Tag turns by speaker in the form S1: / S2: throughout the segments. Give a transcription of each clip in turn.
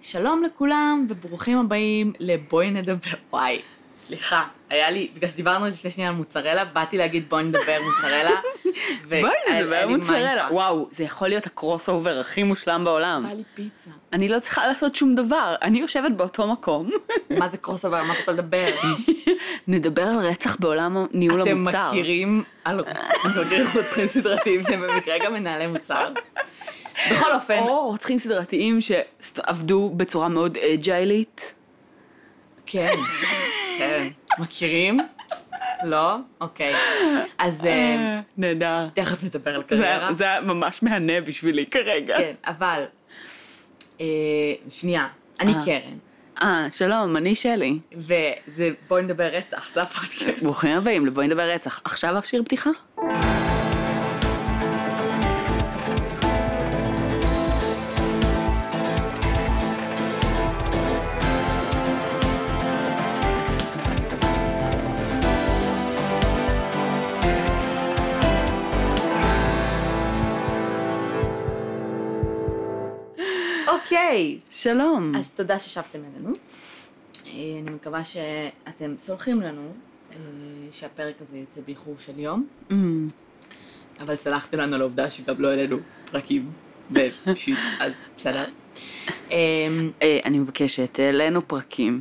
S1: שלום לכולם וברוכים הבאים לבואי נדבר. וואי, סליחה, היה לי, בגלל שדיברנו לפני שנייה על מוצרלה, באתי להגיד בואי נדבר מוצרלה. ו-
S2: בואי
S1: היה- היה
S2: נדבר
S1: לי
S2: מוצרלה.
S1: מיינדפאק.
S2: וואו, זה יכול להיות הקרוס אובר הכי מושלם בעולם.
S1: בא לי פיצה.
S2: אני לא צריכה לעשות שום דבר, אני יושבת באותו מקום.
S1: מה זה קרוס אובר? מה את רוצה לדבר?
S2: נדבר על רצח בעולם ניהול
S1: אתם
S2: המוצר.
S1: מכירים על אתם מכירים רוצחים סדרתיים שהם במקרה גם מנהלי מוצר. בכל אופן,
S2: או רוצחים סדרתיים שעבדו בצורה מאוד
S1: אה,
S2: אג'יילית.
S1: כן, כן. מכירים? לא? אוקיי. אז אה,
S2: נהדר.
S1: תכף נדבר על
S2: זה-
S1: קריירה.
S2: זה היה ממש מהנה בשבילי כרגע.
S1: כן, אבל... אה, שנייה, אני
S2: אה.
S1: קרן,
S2: אה, שלום, אני שלי.
S1: וזה בואי נדבר רצח, זה הפודקאסט.
S2: ברוכים הבאים לבואי נדבר רצח. עכשיו השיר פתיחה?
S1: אוקיי,
S2: שלום.
S1: אז תודה ששבתם אלינו. אה, אני מקווה שאתם סולחים לנו אה, שהפרק הזה יוצא באיחור של יום,
S2: אמ,
S1: אבל סלחתם לנו על העובדה שגם לא העלינו פרקים ופשוט, אז בסדר. אה,
S2: אה, אני מבקשת, העלינו פרקים.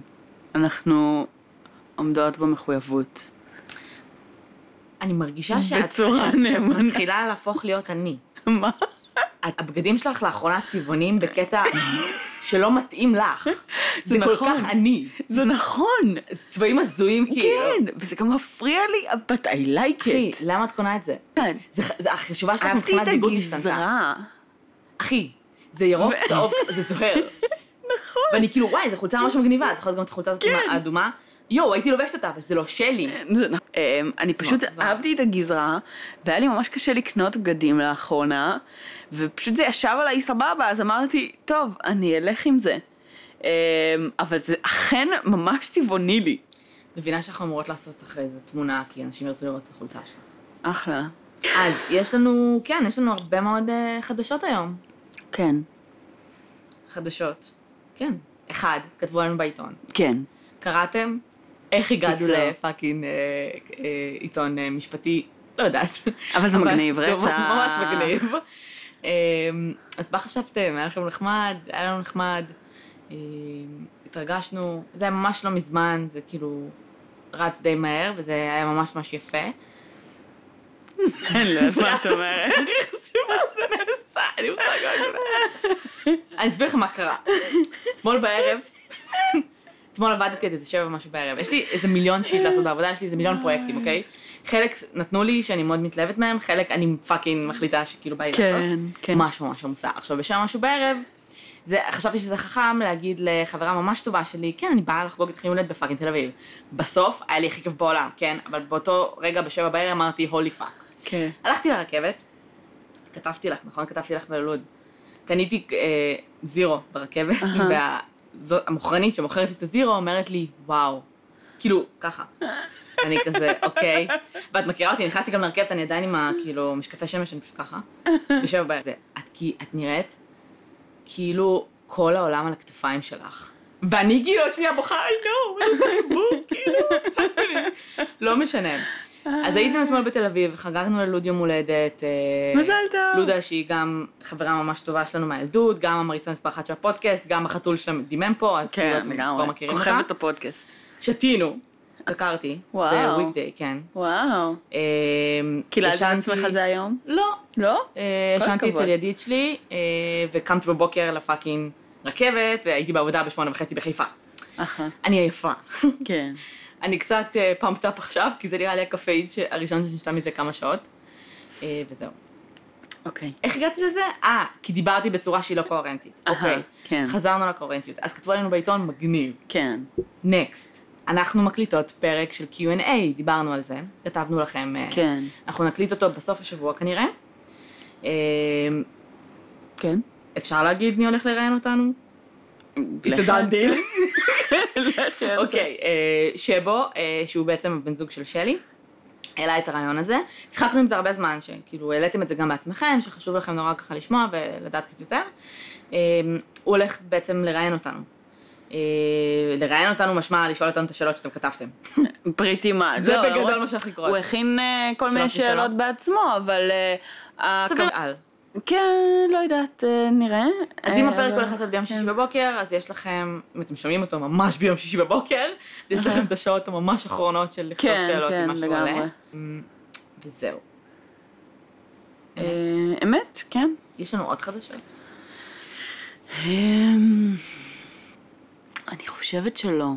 S2: אנחנו עומדות במחויבות.
S1: אני מרגישה שאת
S2: בצורה
S1: שאת- שאת
S2: נאמנה.
S1: מתחילה להפוך להיות אני.
S2: מה?
S1: את- הבגדים שלך לאחרונה צבעוניים בקטע שלא מתאים לך. זה
S2: זה
S1: כל
S2: נכון.
S1: כך אני.
S2: זה נכון!
S1: זה צבעים הזויים כאילו.
S2: כן, וזה גם מפריע לי, but I like
S1: אחי,
S2: it.
S1: למה את קונה את זה?
S2: כן.
S1: זה ח- זה החשיבה שלך
S2: אהבתי
S1: מבחינת
S2: את
S1: ביגוד השתנתה.
S2: הגזרה.
S1: אחי, זה ירוק,
S2: ו-
S1: צהוב, זה זוהר.
S2: נכון.
S1: ואני כאילו, וואי, זו חולצה ממש מגניבה, את יכולה גם את החולצה הזאת
S2: כן.
S1: האדומה. יואו, הייתי לובשת אותה, אבל זה לא שלי.
S2: זה נכון. אמ, אני
S1: סמרט,
S2: פשוט
S1: סמרט.
S2: אהבתי את הגזרה, והיה לי ממש קשה לקנות בגדים לאחרונה, ופשוט זה ישב עליי סבבה, אז אמרתי, טוב, אני אלך עם זה. אמ, אבל זה אכן ממש צבעוני לי.
S1: מבינה שאנחנו אמורות לעשות אחרי זה תמונה, כי אנשים ירצו לראות את החולצה שלך.
S2: אחלה.
S1: אז יש לנו, כן, יש לנו הרבה מאוד אה, חדשות היום.
S2: כן.
S1: חדשות. כן. אחד, כתבו עלינו בעיתון.
S2: כן.
S1: קראתם? איך הגענו
S2: תקרא.
S1: לפאקינג אה, אה, עיתון אה, משפטי? לא יודעת.
S2: אבל זה מגניב, רצח.
S1: זה ממש מגניב. אה, אז מה חשבתם? היה לכם נחמד? היה לנו נחמד? אה, התרגשנו? זה היה ממש לא מזמן, זה כאילו רץ די מהר, וזה היה ממש ממש יפה.
S2: אני לא יודעת מה את אומרת. אה,
S1: אני מושג אני אסביר לך מה קרה. אתמול בערב, אתמול עבדתי עד איזה שבע משהו בערב. יש לי איזה מיליון שיט לעשות בעבודה, יש לי איזה מיליון פרויקטים, אוקיי? חלק נתנו לי שאני מאוד מתלהבת מהם, חלק אני פאקינג מחליטה שכאילו בא לי לעשות.
S2: כן, כן.
S1: ממש ממש עמוסה. עכשיו, בשעה משהו בערב, זה, חשבתי שזה חכם להגיד לחברה ממש טובה שלי, כן, אני באה לחגוג את חיום הולדת בפאקינג תל אביב. בסוף היה לי הכי כיף בעולם, כן? אבל באותו רגע בשבע בערב אמרתי, הולי פאק.
S2: כן.
S1: הלכתי לרכבת, כתבתי לך, נכון? כתבתי לך בלוד. קניתי אה, זירו ברכבת,
S2: אהה.
S1: והמוכרנית שמוכרת לי את הזירו אומרת לי, וואו. כאילו, ככה. אני כזה, אוקיי. ואת מכירה אותי, נכנסתי גם לרכבת, אני עדיין עם ה... כאילו, משקפי שמש, אני פשוט ככה. יושב בערב. זה, את, כי, את נראית כאילו כל העולם על הכתפיים שלך. ואני כאילו עוד שנייה בוכה, I know, אתה צריך בום, כאילו, בסדר. לא משנה. אז הייתם אתמול בתל אביב, חגגנו ללוד יום הולדת. אה,
S2: מזל טוב.
S1: לודה שהיא גם חברה ממש טובה שלנו מהילדות, גם המריצה מספר אחת של הפודקאסט, גם החתול שלה דימם פה, אז כאילו
S2: כן,
S1: אתם כבר
S2: לגמרי.
S1: מכירים אותה.
S2: הפודקאסט.
S1: שתינו, הכרתי,
S2: וואו.
S1: בוויקדיי, כן.
S2: וואו.
S1: אה,
S2: קיללת את
S1: ישנתי-
S2: עצמך על זה היום?
S1: לא,
S2: לא?
S1: אה,
S2: כל
S1: ישנתי
S2: הכבוד.
S1: אצל ידיד שלי, אה, וקמתי בבוקר לפאקינג רכבת, והייתי בעבודה בשמונה וחצי בחיפה.
S2: אחלה.
S1: אני עייפה.
S2: כן.
S1: אני קצת פאמפט אפ עכשיו, כי זה נראה לי הקפאין ש- הראשון שנשתה מזה כמה שעות, אה, וזהו.
S2: אוקיי.
S1: איך הגעתי לזה? אה, כי דיברתי בצורה שהיא לא קוהרנטית.
S2: אהה,
S1: אוקיי.
S2: כן.
S1: חזרנו לקוהרנטיות. אז כתבו עלינו בעיתון מגניב.
S2: כן.
S1: נקסט. אנחנו מקליטות פרק של Q&A, דיברנו על זה. כתבנו לכם. אה,
S2: כן.
S1: אנחנו נקליט אותו בסוף השבוע כנראה. אה,
S2: כן.
S1: אפשר להגיד מי הולך לראיין אותנו? It's a done deal.
S2: כן,
S1: אוקיי, אה, שבו, אה, שהוא בעצם הבן זוג של שלי, העלה את הרעיון הזה. שיחקנו עם זה הרבה זמן, שכאילו העליתם את זה גם בעצמכם, שחשוב לכם נורא ככה לשמוע ולדעת קצת יותר. אמ, הוא הולך בעצם לראיין אותנו. אה, לראיין אותנו משמע לשאול אותנו את השאלות שאתם כתבתם.
S2: פריטי מה.
S1: זה
S2: לא,
S1: בגדול
S2: למרות-
S1: מה שהולך לקרות.
S2: הוא הכין אה, כל מיני
S1: שאלות משלו.
S2: שאלות בעצמו, אבל... אה, ה-
S1: סביר על.
S2: כן, לא יודעת, אה, נראה.
S1: אז
S2: אה,
S1: אם הפרק
S2: אבל-
S1: הולך לצאת ביום שישי
S2: כן.
S1: בבוקר, אז יש לכם, אם אתם שומעים אותו ממש ביום שישי בבוקר, אז יש לכם את השעות הממש אחרונות של לכתוב
S2: כן,
S1: שאלות
S2: כן,
S1: עם משהו
S2: לגמרי.
S1: עולה. אמ, וזהו. אמת.
S2: אה, אמת, כן.
S1: יש לנו עוד חדשות?
S2: אמ, אני חושבת שלא.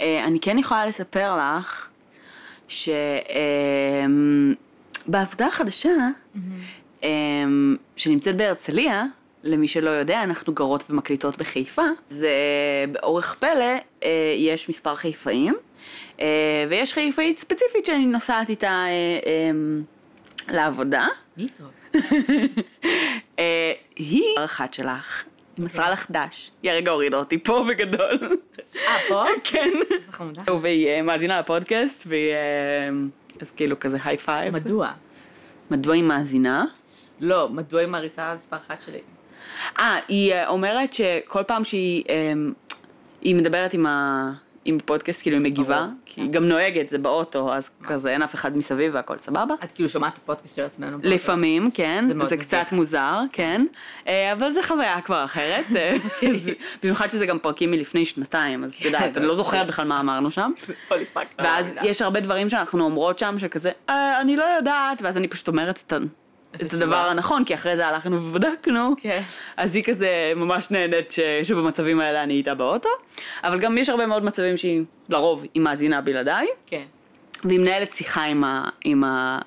S2: אה, אני כן יכולה לספר לך שבעבודה החדשה, Mm-hmm. אמ, שנמצאת בהרצליה, למי שלא יודע, אנחנו גרות ומקליטות בחיפה. זה באורך פלא, אה, יש מספר חיפאים, אה, ויש חיפאית ספציפית שאני נוסעת איתה אה, אמ, לעבודה.
S1: מי זאת?
S2: אה, היא האחת שלך, היא מסרה לך דש. היא הרגע הורידה לא, אותי פה בגדול.
S1: אה, פה?
S2: כן.
S1: איזה חמודה.
S2: והיא אה, מאזינה לפודקאסט, והיא... אה, אז כאילו כזה היי פייב.
S1: מדוע?
S2: מדוע היא מאזינה?
S1: לא, מדוע היא מעריצה מספר אחת שלי?
S2: אה, היא אה, אומרת שכל פעם שהיא אה, היא מדברת עם ה... עם פודקאסט, כאילו היא מגיבה,
S1: ברור,
S2: כי היא גם נוהגת, זה באוטו, אז כזה אין אף אחד מסביב והכל סבבה.
S1: את כאילו שומעת את הפודקאסט של עצמנו. באוטו.
S2: לפעמים, כן,
S1: זה מאוד
S2: זה
S1: מביך.
S2: קצת מוזר, כן, אה, אבל זה חוויה כבר אחרת, אה,
S1: אוקיי.
S2: אז במיוחד שזה גם פרקים מלפני שנתיים,
S1: כן,
S2: אז את יודעת, אני לא זוכרת בכלל מה אמרנו שם,
S1: הכל נדפק.
S2: ואז יש הרבה דברים שאנחנו אומרות שם, שכזה, "אה, אני לא יודעת, ואז אני פשוט אומרת את ה- את
S1: התשובה.
S2: הדבר הנכון, כי אחרי זה הלכנו ובדקנו,
S1: כן.
S2: אז היא כזה ממש נהנית ש... שבמצבים האלה אני איתה באוטו, אבל גם יש הרבה מאוד מצבים שהיא, לרוב, היא מאזינה בלעדיי,
S1: כן.
S2: והיא מנהלת שיחה עם, ה... עם, ה...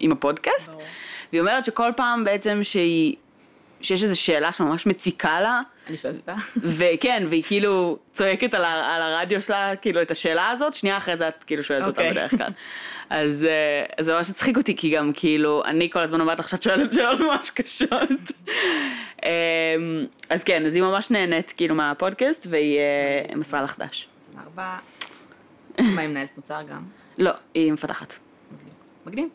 S2: עם הפודקאסט,
S1: ברור.
S2: והיא אומרת שכל פעם בעצם שהיא, שיש איזו שאלה שממש מציקה לה,
S1: אני שואלת אותה.
S2: וכן, והיא כאילו צועקת על, ה... על הרדיו שלה, כאילו, את השאלה הזאת, שנייה אחרי זה את כאילו שואלת
S1: אוקיי.
S2: אותה בדרך כלל. אז אה, אז זה ממש הצחיק אותי, כי גם כאילו, אני כל הזמן אומרת לך שאת שואלת שאלות ממש קשות. אמ, אז כן, אז היא ממש נהנית כאילו מהפודקאסט, והיא אה, מסרה לך דש.
S1: תודה רבה. מה, היא מנהלת מוצר גם?
S2: לא, היא מפתחת.
S1: מגניב. מגניב.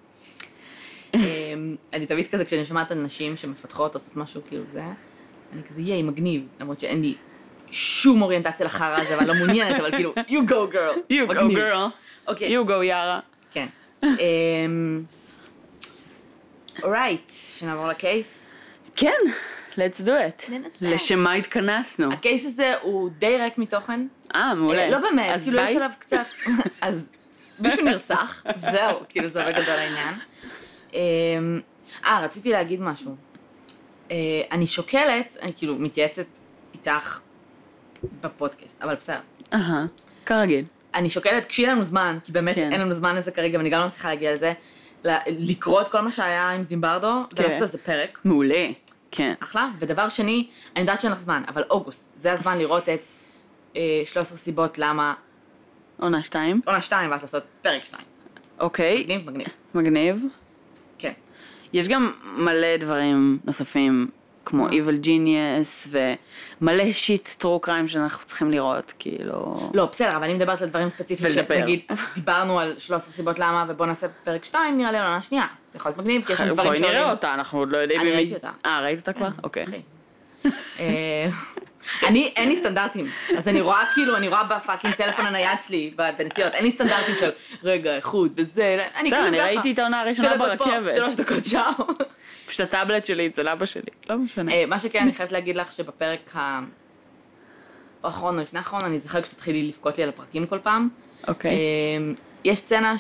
S1: אמ, אני תמיד כזה, כשאני שומעת על נשים שמפתחות עושות משהו כאילו זה, אני כזה, ייי, מגניב, למרות שאין לי שום אוריינטציה לחרא הזה, ואני לא מעוניינת, אבל כאילו, you go girl.
S2: You go
S1: מגניב.
S2: girl,
S1: אוקיי.
S2: you go יארה.
S1: כן. אורייט, שנעבור לקייס.
S2: כן, let's do it.
S1: ננסה.
S2: לשם מה התכנסנו?
S1: הקייס הזה הוא די ריק מתוכן.
S2: אה, מעולה.
S1: אה, לא באמת,
S2: אז
S1: כאילו יש
S2: ביי.
S1: עליו קצת, אז מישהו נרצח, זהו, כאילו זה עובד גדול העניין. אמ, אה, רציתי להגיד משהו. אה, אני שוקלת, אני כאילו מתייעצת איתך בפודקאסט, אבל בסדר.
S2: אהה, כרגיל.
S1: אני שוקלת, כשיהיה לנו זמן, כי באמת
S2: כן.
S1: אין לנו זמן לזה כרגע, ואני גם לא מצליחה להגיע לזה, ל- לקרוא את כל מה שהיה עם זימברדו,
S2: כן.
S1: ולעשות על זה פרק.
S2: מעולה. כן.
S1: אחלה. ודבר שני, אני יודעת שאין לך זמן, אבל אוגוסט, זה הזמן לראות את אה, 13 סיבות למה,
S2: עונה שתיים.
S1: עונה 2, ואז לעשות פרק 2.
S2: אוקיי,
S1: מגניב, מגניב.
S2: מגניב.
S1: כן.
S2: יש גם מלא דברים נוספים, כמו Evil Genius ומלא שיט טרו קריים שאנחנו צריכים לראות, כאילו...
S1: לא, בסדר, אבל אני מדברת על דברים ספציפיים.
S2: ולדבר.
S1: שנגיד, דיברנו על 13 סיבות למה, ובוא נעשה פרק 2, נראה לי על עונה שנייה. זה יכול להיות מגניב, כי יש לנו דברים
S2: בואי נראה
S1: שעולים.
S2: אותה, אנחנו עוד לא יודעים
S1: אני
S2: אם היא-
S1: ראיתי אותה. כן.
S2: אה, ראית אותה כבר? אוקיי.
S1: אחי. אה, אני, אין לי סטנדרטים, אז אני רואה כאילו, אני רואה בפאקינג טלפון הנייד שלי בנסיעות, אין לי סטנדרטים של רגע, איכות וזה, אני כאילו
S2: בסדר, לא, אני
S1: ככה.
S2: ראיתי את העונה
S1: שתי
S2: הראשונה
S1: דקות פה,
S2: ברכבת.
S1: שלוש דקות שם.
S2: פשוט הטאבלט שלי אצל אבא שלי, לא משנה.
S1: אה, מה שכן, אני חייבת להגיד לך שבפרק ה- האחרון או לפני האחרון, אני זוכרת שתתחילי לבכות לי על הפרקים כל פעם.
S2: אוקיי.
S1: אמ, יש סצנה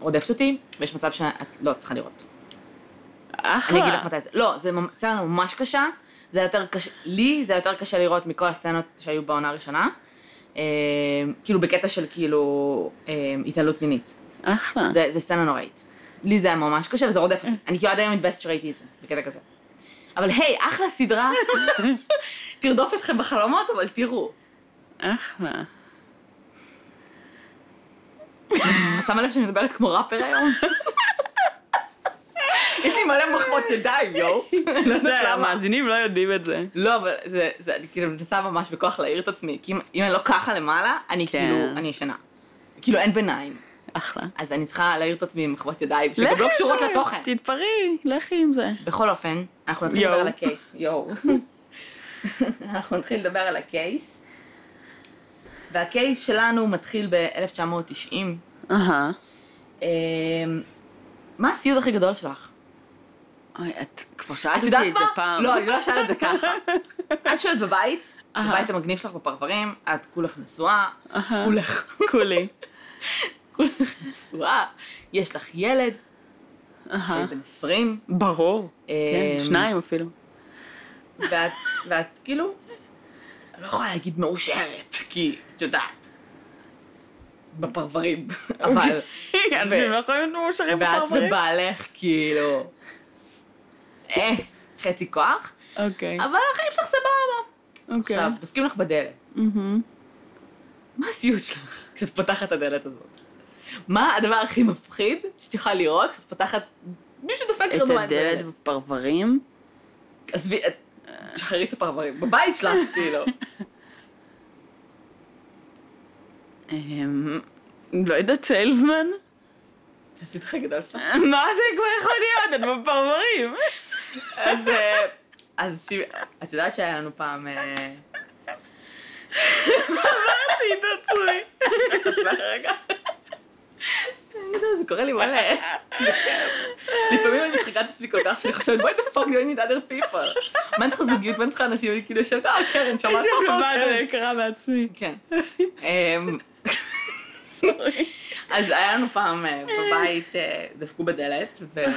S1: שרודפת אותי, ויש מצב שאת לא צריכה לראות. אני אגיד לך
S2: אחלה.
S1: מתי זה. לא, זו סצנה ממש קשה. זה יותר קשה, לי זה יותר קשה לראות מכל הסצנות שהיו בעונה הראשונה. אמ, כאילו בקטע של כאילו אמ, התעללות מינית.
S2: אחלה.
S1: זה זה סצנה נוראית. לי זה היה ממש קשה וזה רודף אותי. אני כאילו עד היום מתבאסת שראיתי את זה, בקטע כזה. אבל היי, אחלה סדרה. תרדוף אתכם בחלומות, אבל תראו.
S2: אחלה.
S1: את שמה לב שאני מדברת כמו ראפר היום? יש לי מלא מחמות ידיים, יואו. לא
S2: אתה
S1: יודעת
S2: יודע,
S1: למה.
S2: המאזינים לא יודעים את זה.
S1: לא, אבל זה, זה, אני כאילו מנסה ממש בכוח להעיר את עצמי, כי אם, אם אני לא ככה למעלה, אני
S2: כן.
S1: כאילו, אני ישנה. כאילו אין ביניים.
S2: אחלה.
S1: אז אני צריכה להעיר את עצמי עם מחוות ידיים, שגם לא קשורות לתוכן.
S2: תתפרי, לכי עם זה.
S1: בכל אופן, אנחנו נתחיל
S2: יואו.
S1: לדבר על הקייס, יואו. אנחנו נתחיל לדבר על הקייס. והקייס שלנו מתחיל ב-1990.
S2: אהה.
S1: אמ, מה הסיוט הכי גדול שלך?
S2: אוי, את כבר שאלת אותי את זה פעם.
S1: לא, אני לא אשאל את זה ככה. את שואלת בבית,
S2: אהה.
S1: בבית המגניב שלך בפרברים, את כולך נשואה,
S2: אהה.
S1: כולך
S2: כולי.
S1: כולך נשואה, יש לך ילד,
S2: אהה.
S1: את בן 20,
S2: ברור.
S1: אמ,
S2: כן, שניים אפילו.
S1: ואת, ואת כאילו, אני לא יכולה להגיד מאושרת, כי את יודעת, בפרברים, אבל,
S2: אנשים לא יכולים להיות מאושרים
S1: ואת
S2: בפרברים.
S1: ובעלך כאילו, אה, חצי כוח,
S2: אוקיי.
S1: אבל החיים שלך סבבה.
S2: אוקיי.
S1: עכשיו, דופקים לך בדלת,
S2: מהמם.
S1: מה הסיוט שלך כשאת פותחת את הדלת הזאת? מה הדבר הכי מפחיד שאת יכולה לראות כשאת פותחת, מישהו דופק
S2: את
S1: רדומה
S2: הדלת בפרברים?
S1: עזבי, את- תשחררי את הפרברים, בבית שלך, כאילו.
S2: אמ, לא יודעת, סיילסמן?
S1: זה הסיוט הכי גדול שלך.
S2: מה זה כבר יכול להיות? את בפרברים.
S1: אז... אה, אז סיב- את יודעת שהיה לנו פעם... אה,
S2: עשי את עצמי.
S1: רגע. אני יודעת, זה קורה לי מלא. לפעמים אני משחקה את עצמי כל כך שאני חושבת, why the fuck do I need other people? מה אני צריכה זוגיות? מה אני צריכה אנשים? אני כאילו יושבת, אה, קרן, שמעת?
S2: יש שם לבד
S1: קרן."
S2: אני יקרה מעצמי.
S1: כן. אמ, אז היה לנו פעם אה, בבית, אה, דפקו בדלת,
S2: אהה.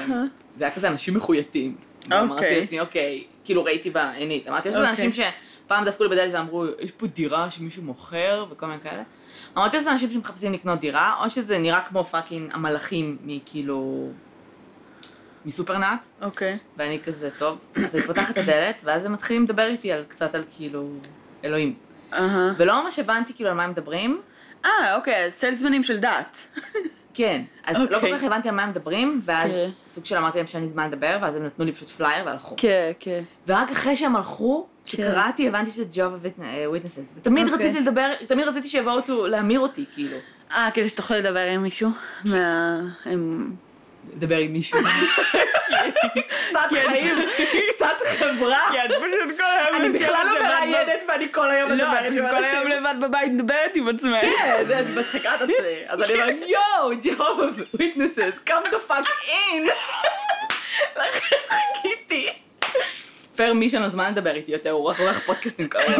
S1: וזה היה כזה אנשים מחוייתים. ואמרתי
S2: אוקיי.
S1: לעצמי, אוקיי, כאילו ראיתי בעינית. אמרתי, יש לזה
S2: אוקיי.
S1: אנשים שפעם דפקו לי בדלת ואמרו, יש פה דירה שמישהו מוכר, וכל מיני כאלה. אמרתי, יש לזה אנשים שמחפשים לקנות דירה, או שזה נראה כמו פאקינג המלאכים מכאילו... מסופרנאט,
S2: אוקיי.
S1: ואני כזה, טוב. אז אני פותחת את הדלת, ואז הם מתחילים לדבר איתי על קצת על כאילו אלוהים.
S2: אהה.
S1: ולא ממש הבנתי כאילו על מה הם מדברים,
S2: אה, אוקיי, אז סיילסמנים של דת.
S1: כן, אז לא
S2: אוקיי.
S1: כל כך הבנתי על מה הם מדברים, ואז
S2: כן.
S1: סוג של אמרתי להם שאין לי זמן לדבר, ואז הם נתנו לי פשוט פלייר והלכו.
S2: כן, כן.
S1: ורק אחרי שהם הלכו, כשקראתי, הבנתי שזה Job of אה, Witnesses. ותמיד
S2: אוקיי.
S1: רציתי לדבר, תמיד רציתי שיבואו אותו להמיר אותי, כאילו.
S2: אה, כדי שתוכל לדבר עם מישהו? מה... הם-
S1: לדבר עם מישהו. קצת
S2: כן.
S1: חיים, קצת חברה.
S2: כי את פשוט כל היום...
S1: אני
S2: יושבת
S1: בכלל לא
S2: לבד
S1: מראיינת ואני כל היום
S2: בב- לא,
S1: מדברת
S2: את פשוט
S1: עם
S2: כל היום
S1: אנשים.
S2: לבד בבית מדברת עם עצמך.
S1: כן, את מצחיקה את עצמי. אז אני אומרת, יואו, Job of Witnesses, come the fuck in. לכן חיכיתי. פר מי שאין לו זמן לדבר איתי יותר, הוא רק עורך פודקאסטים כרגע.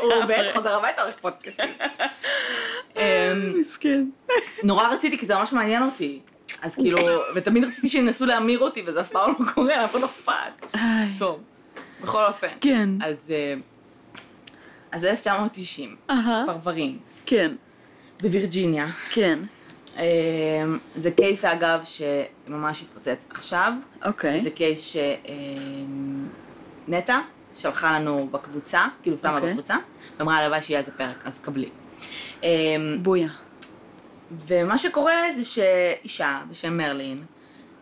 S1: הוא עובד, חוזר הביתה, עורך פודקאסטים. אמ,
S2: מסכן.
S1: נורא רציתי, כי זה ממש מעניין אותי. אז כאילו, ותמיד רציתי שינסו להמיר אותי, וזה אף פעם לא קורה, אף אחד לא אכפת.
S2: איי.
S1: טוב, בכל אופן.
S2: כן.
S1: אז אה, אז 1990,
S2: אהה.
S1: פרברים,
S2: כן.
S1: בווירג'יניה.
S2: כן.
S1: אמ, זה קייס אגב שממש התפוצץ עכשיו,
S2: אוקיי.
S1: זה קייס שנטע שלחה לנו בקבוצה, כאילו שמה
S2: אוקיי.
S1: בקבוצה, ואמרה הלוואי שיהיה על זה פרק, אז קבלי. אמ,
S2: בויה.
S1: ומה שקורה זה שאישה בשם מרלין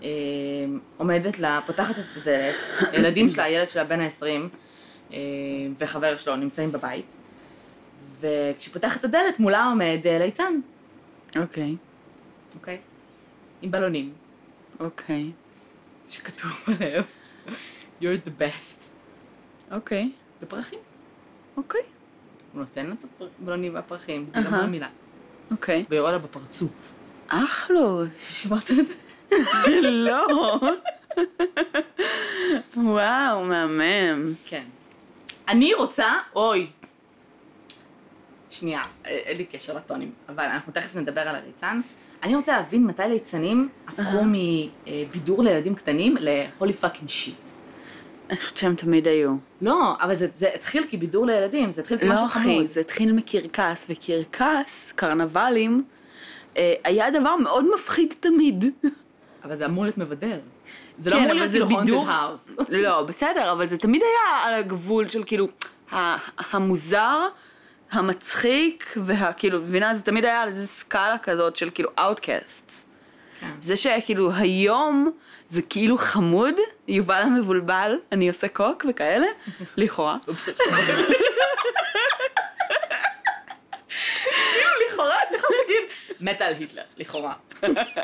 S1: אמ, עומדת לה, פותחת את הדלת, הילדים שלה, הילד שלה בן ה-20 וחבר שלו נמצאים בבית, וכשהיא פותחת את הדלת מולה עומד אה, ליצן,
S2: אוקיי.
S1: אוקיי? עם בלונים.
S2: אוקיי.
S1: שכתוב עליהם, you're the best,
S2: אוקיי.
S1: בפרחים.
S2: אוקיי.
S1: הוא נותן לה את הבלונים והפרחים, היא לא
S2: אהה.
S1: מאמינה,
S2: אוקיי.
S1: ויורה לה בפרצוף.
S2: אחלוש.
S1: שמעת על זה?
S2: לא. וואו, מהמם.
S1: כן. אני רוצה, אוי. שנייה, אה, אין לי קשר לטונים, אבל אנחנו תכף נדבר על הליצן. אני רוצה להבין מתי ליצנים הפכו
S2: אהה.
S1: מבידור לילדים קטנים ל-holy fucking shit.
S2: אני חושבת שהם תמיד היו.
S1: לא, אבל זה- זה התחיל כבידור לילדים, זה התחיל
S2: לא
S1: כמשהו חמוד.
S2: אחי, זה התחיל מקרקס, וקרקס, קרנבלים, אה, היה דבר מאוד מפחיד תמיד.
S1: אבל זה אמור להיות מבדר. זה לא
S2: כן,
S1: אמור
S2: אבל
S1: להיות
S2: זה
S1: כאילו haunted
S2: בידור.
S1: house.
S2: לא, בסדר, אבל זה תמיד היה על הגבול של כאילו ה- המוזר, המצחיק, והכאילו, מבינה? זה תמיד היה על איזה סקאלה כזאת של כאילו אאוטקאסט.
S1: כן.
S2: זה שכאילו היום זה כאילו חמוד, יובל המבולבל, אני עושה קוק וכאלה, לכאורה.
S1: כאילו לכאורה את יכולה להגיד מתה על היטלר, לכאורה.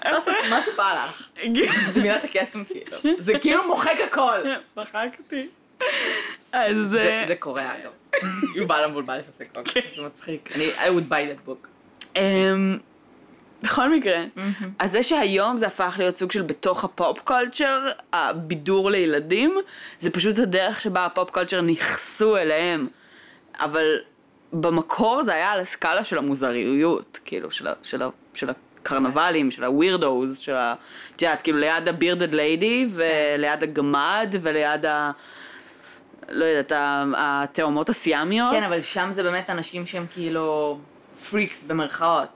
S1: לעשות מה שבא לך. זה מילת הקסם כאילו. זה כאילו מוחק הכל.
S2: מחקתי. אז
S1: זה
S2: זה...
S1: זה קורה אגב. יובל המבולבל שעושה כל כך, זה מצחיק. אני, I would buy that book.
S2: אמ, בכל מקרה,
S1: Mm-hmm.
S2: אז זה שהיום זה הפך להיות סוג של בתוך הפופ קולצ'ר, הבידור לילדים, זה פשוט הדרך שבה הפופ קולצ'ר נכסו אליהם. אבל במקור זה היה על הסקאלה של המוזריות, כאילו, של, ה, של, ה, של הקרנבלים, של הווירדוז, של ה... את יודעת, כאילו ליד הבירדד ליידי, וליד הגמד, וליד ה... לא יודעת, ה- התאומות הסיאמיות.
S1: כן, אבל שם זה באמת אנשים שהם כאילו פריקס במרכאות.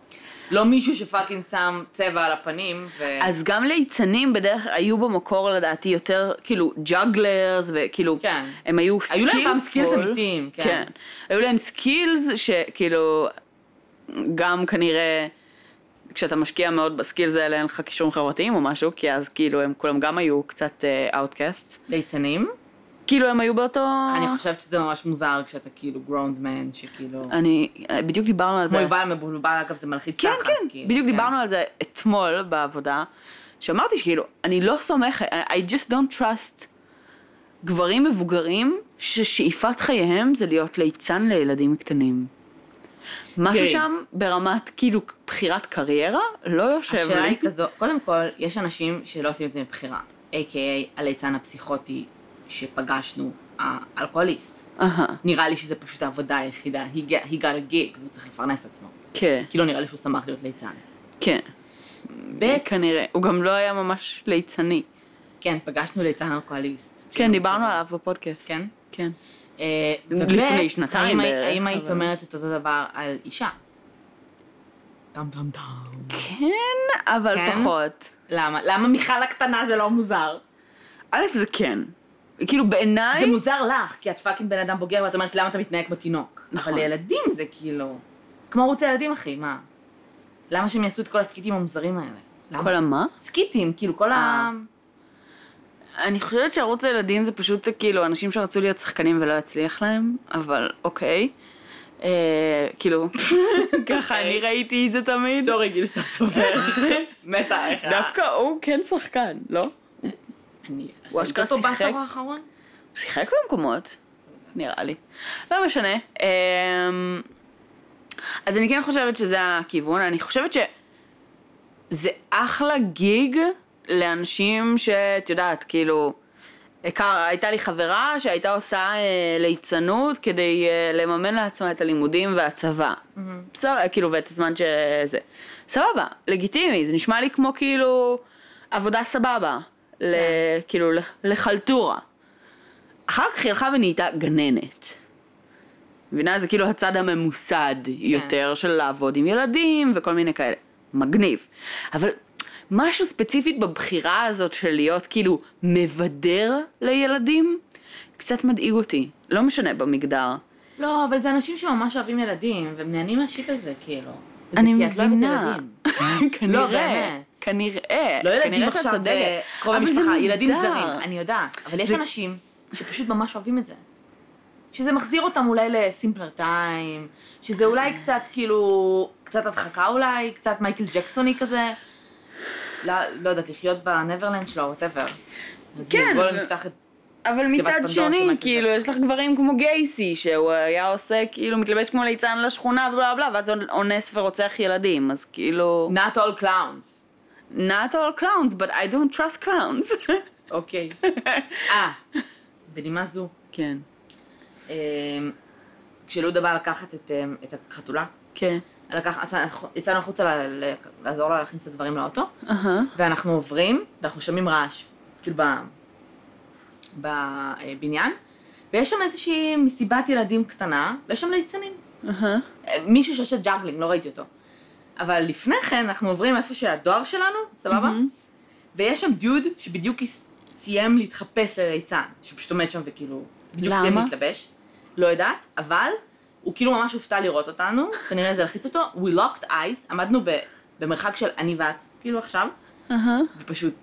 S1: לא מישהו שפאקינג שם צבע על הפנים, ו...
S2: אז גם ליצנים בדרך היו במקור לדעתי יותר כאילו ג'אגלרס וכאילו
S1: כן.
S2: הם היו
S1: היו
S2: סקילפול.
S1: להם פעם סקילס אמיתיים, כן.
S2: כן. היו להם סקילס שכאילו גם כנראה כשאתה משקיע מאוד בסקילס האלה אין לך קישורים חברתיים או משהו כי אז כאילו הם כולם גם היו קצת אאוטקאסט.
S1: ליצנים.
S2: כאילו הם היו באותו...
S1: אני חושבת שזה ממש מוזר כשאתה כאילו גרונד מן, שכאילו...
S2: אני אה, בדיוק דיברנו על זה.
S1: כמו יובל המבולבל, אגב, זה מלחיץ
S2: כן,
S1: תחת,
S2: כן,
S1: כאילו,
S2: בדיוק
S1: כן.
S2: דיברנו על זה אתמול בעבודה, שאמרתי שכאילו, אני לא סומכת, I I just don't trust גברים מבוגרים ששאיפת חייהם זה להיות ליצן לילדים קטנים. משהו
S1: כן.
S2: שם ברמת כאילו בחירת קריירה לא יושב
S1: השאלה
S2: לי.
S1: היא כזו, קודם כל, יש אנשים שלא עושים את זה מבחירה, a.k.a הליצן הפסיכוטי שפגשנו, האלכוהוליסט.
S2: אהה,
S1: נראה לי שזה פשוט העבודה היחידה, he got- he got a gig, והוא צריך לפרנס עצמו.
S2: כן,
S1: כי לא נראה לי שהוא שמח להיות ליצן.
S2: כן,
S1: ב',
S2: כנראה. הוא גם לא היה ממש ליצני.
S1: כן, פגשנו ליצן אלכוהוליסט.
S2: כן, דיברנו עליו בפודקאסט.
S1: כן.
S2: כן.
S1: אה, וב',
S2: לפני
S1: האם
S2: שנתיים
S1: הי-
S2: בערך,
S1: האם היית
S2: אבל-
S1: אומרת את אותו דבר על אישה? דם דם דם.
S2: כן, אבל
S1: כן?
S2: פחות.
S1: למה? למה מיכל הקטנה זה לא מוזר?
S2: א', זה כן. כאילו בעיניי...
S1: זה מוזר לך, כי את פאקינג בן אדם בוגר ואת אומרת למה אתה מתנהג כמו תינוק.
S2: נכון.
S1: אבל לילדים זה כאילו... כמו ערוץ הילדים, אחי, מה? למה שהם יעשו את כל הסקיטים המוזרים האלה? למה?
S2: אבל מה?
S1: סקיטים, כאילו כל ה...
S2: אה. אני חושבת שערוץ הילדים זה פשוט כאילו אנשים שרצו להיות שחקנים ולא הצליח להם, אבל אוקיי. אה, כאילו, ככה אני ראיתי את זה תמיד. אה,
S1: סורי גילסה סופר. מתה עליך.
S2: דווקא הוא כן שחקן, לא?
S1: אני- לא
S2: הוא אשכרה
S1: היית פה
S2: שיחק.
S1: בעשור האחרון?
S2: הוא שיחק במקומות, נראה לי. לא משנה. אמ, אז אני כן חושבת שזה הכיוון, אני חושבת שזה אחלה גיג לאנשים שאת יודעת, כאילו, עיקר, הייתה לי חברה שהייתה עושה אה, ליצנות כדי אה, לממן לעצמה את הלימודים והצבא. סבבה, כאילו, ואת הזמן שזה. סבבה, לגיטימי, זה נשמע לי כמו כאילו עבודה סבבה, ל, כאילו ל- לחלטורה. אחר כך היא הלכה ונהייתה גננת. מבינה? זה כאילו הצד הממוסד
S1: כן.
S2: יותר של לעבוד עם ילדים וכל מיני כאלה. מגניב. אבל משהו ספציפית בבחירה הזאת של להיות כאילו מבדר לילדים, קצת מדאיג אותי. לא משנה במגדר.
S1: לא, אבל זה אנשים שממש אוהבים ילדים, והם נהנים מהשיט הזה, כאילו. זה
S2: אני
S1: כי את לא אוהבת
S2: מבינה.
S1: ילדים. לא,
S2: כנראה,
S1: באמת.
S2: כנראה,
S1: לא ילדים
S2: כנראה שאת
S1: עכשיו
S2: צודקת.
S1: אה, קרוב
S2: אבל זה
S1: המשפחה,
S2: מוזר.
S1: ילדים זרים, אני יודעת. אבל יש
S2: זה-
S1: אנשים שפשוט ממש אוהבים את זה. שזה מחזיר אותם אולי לסימפלר טיים, שזה אולי קצת כאילו, קצת הדחקה אולי, קצת מייקל ג'קסוני כזה. לא, לא יודעת, לחיות בנברלנד שלו, וואטאבר.
S2: כן,
S1: בואו
S2: אבל-
S1: לא נפתח את...
S2: אבל
S1: תיבת
S2: מצד
S1: פנדורה של
S2: שני,
S1: מייקל
S2: כאילו, יש לך גברים כמו גייסי, שהוא היה עושה, כאילו, מתלבש כמו ליצן לשכונה ובלה בלה, ואז אונס ורוצח ילדים, אז כאילו...
S1: Not all clowns.
S2: Not all clowns, but I don't trust clowns.
S1: אוקיי. אה, בנימה זו,
S2: כן,
S1: אמ, כשלודה באה לקחת את, אמ, את החתולה,
S2: כן.
S1: לקח, יצא- יצאנו החוצה ל- ל- לעזור לה להכניס את הדברים לאוטו,
S2: אהה.
S1: ואנחנו עוברים, ואנחנו שומעים רעש, כאילו ב- בבניין, ויש שם איזושהי מסיבת ילדים קטנה, ויש שם ליצנים.
S2: אהה.
S1: מישהו שעושה ג'אגלינג, לא ראיתי אותו. אבל לפני כן אנחנו עוברים איפה שהדואר שלנו, סבבה?
S2: מהמם.
S1: ויש שם דוד שבדיוק הס- סיים להתחפש לליצן, שפשוט עומד שם וכאילו, בדיוק
S2: למה?
S1: סיים להתלבש. לא יודעת, אבל הוא כאילו ממש הופתע לראות אותנו, כנראה זה לחיץ אותו. We locked eyes, עמדנו ב- במרחק של אני ואת, כאילו עכשיו,
S2: אהה.
S1: ופשוט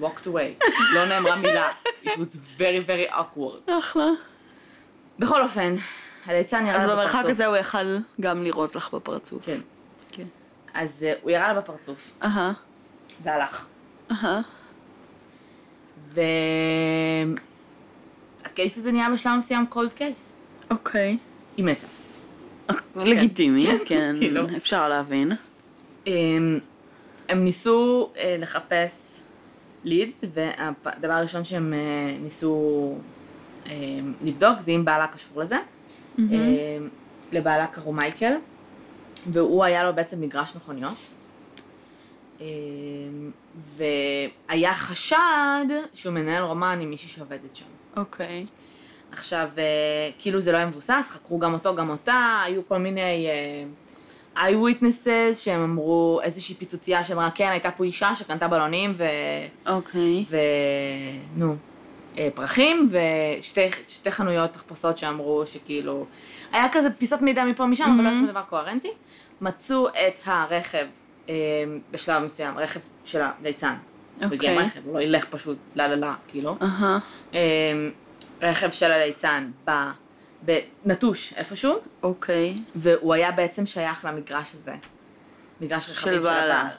S1: walked away, לא נאמרה מילה. It was very very awkward.
S2: אחלה.
S1: בכל אופן, הליצן ירד
S2: אז במרחק
S1: בפרצוף.
S2: הזה הוא יכל גם לראות לך בפרצוף.
S1: כן.
S2: כן.
S1: אז אה, הוא ירה לה בפרצוף,
S2: אהה. uh-huh.
S1: והלך.
S2: אהה.
S1: והכלב הקייס הזה נהיה בשלב מסוים קולד קייס.
S2: אוקיי.
S1: היא מתה.
S2: לגיטימי, כן,
S1: כאילו.
S2: אפשר להבין.
S1: אמ, הם ניסו אה, לחפש לידס, והדבר הראשון שהם אה, ניסו אמ, לבדוק זה אם בעלה קשור לזה. אמ, לבעלה קראו מייקל, והוא היה לו בעצם מגרש מכוניות. אמ, והיה חשד שהוא מנהל רומן עם מישהי שעובדת שם.
S2: אוקיי.
S1: עכשיו, אה, כאילו זה לא היה מבוסס, חקרו גם אותו, גם אותה, היו כל מיני אה, eye witnesses שהם אמרו איזושהי פיצוצייה שאמרה, כן, הייתה פה אישה שקנתה בלונים ו...
S2: אוקיי.
S1: ו... נו, אה, פרחים, ושתי שתי חנויות תחפושות שאמרו שכאילו... היה כזה פיסות מידע מפה משם, אבל לא היה
S2: מהמם.
S1: שום דבר קוהרנטי. מצאו את הרכב אה, בשלב מסוים, רכב של הליצן. הוא הגיע עם
S2: אוקיי. Uh-huh.
S1: רכב, הוא לא ילך פשוט לה לה לה, כאילו.
S2: אהה.
S1: אה, רכב של הליצן ב... ב- נטוש איפשהו,
S2: אוקיי.
S1: והוא היה בעצם שייך למגרש הזה. מגרש רכבים של
S2: בעלה.
S1: הבעל.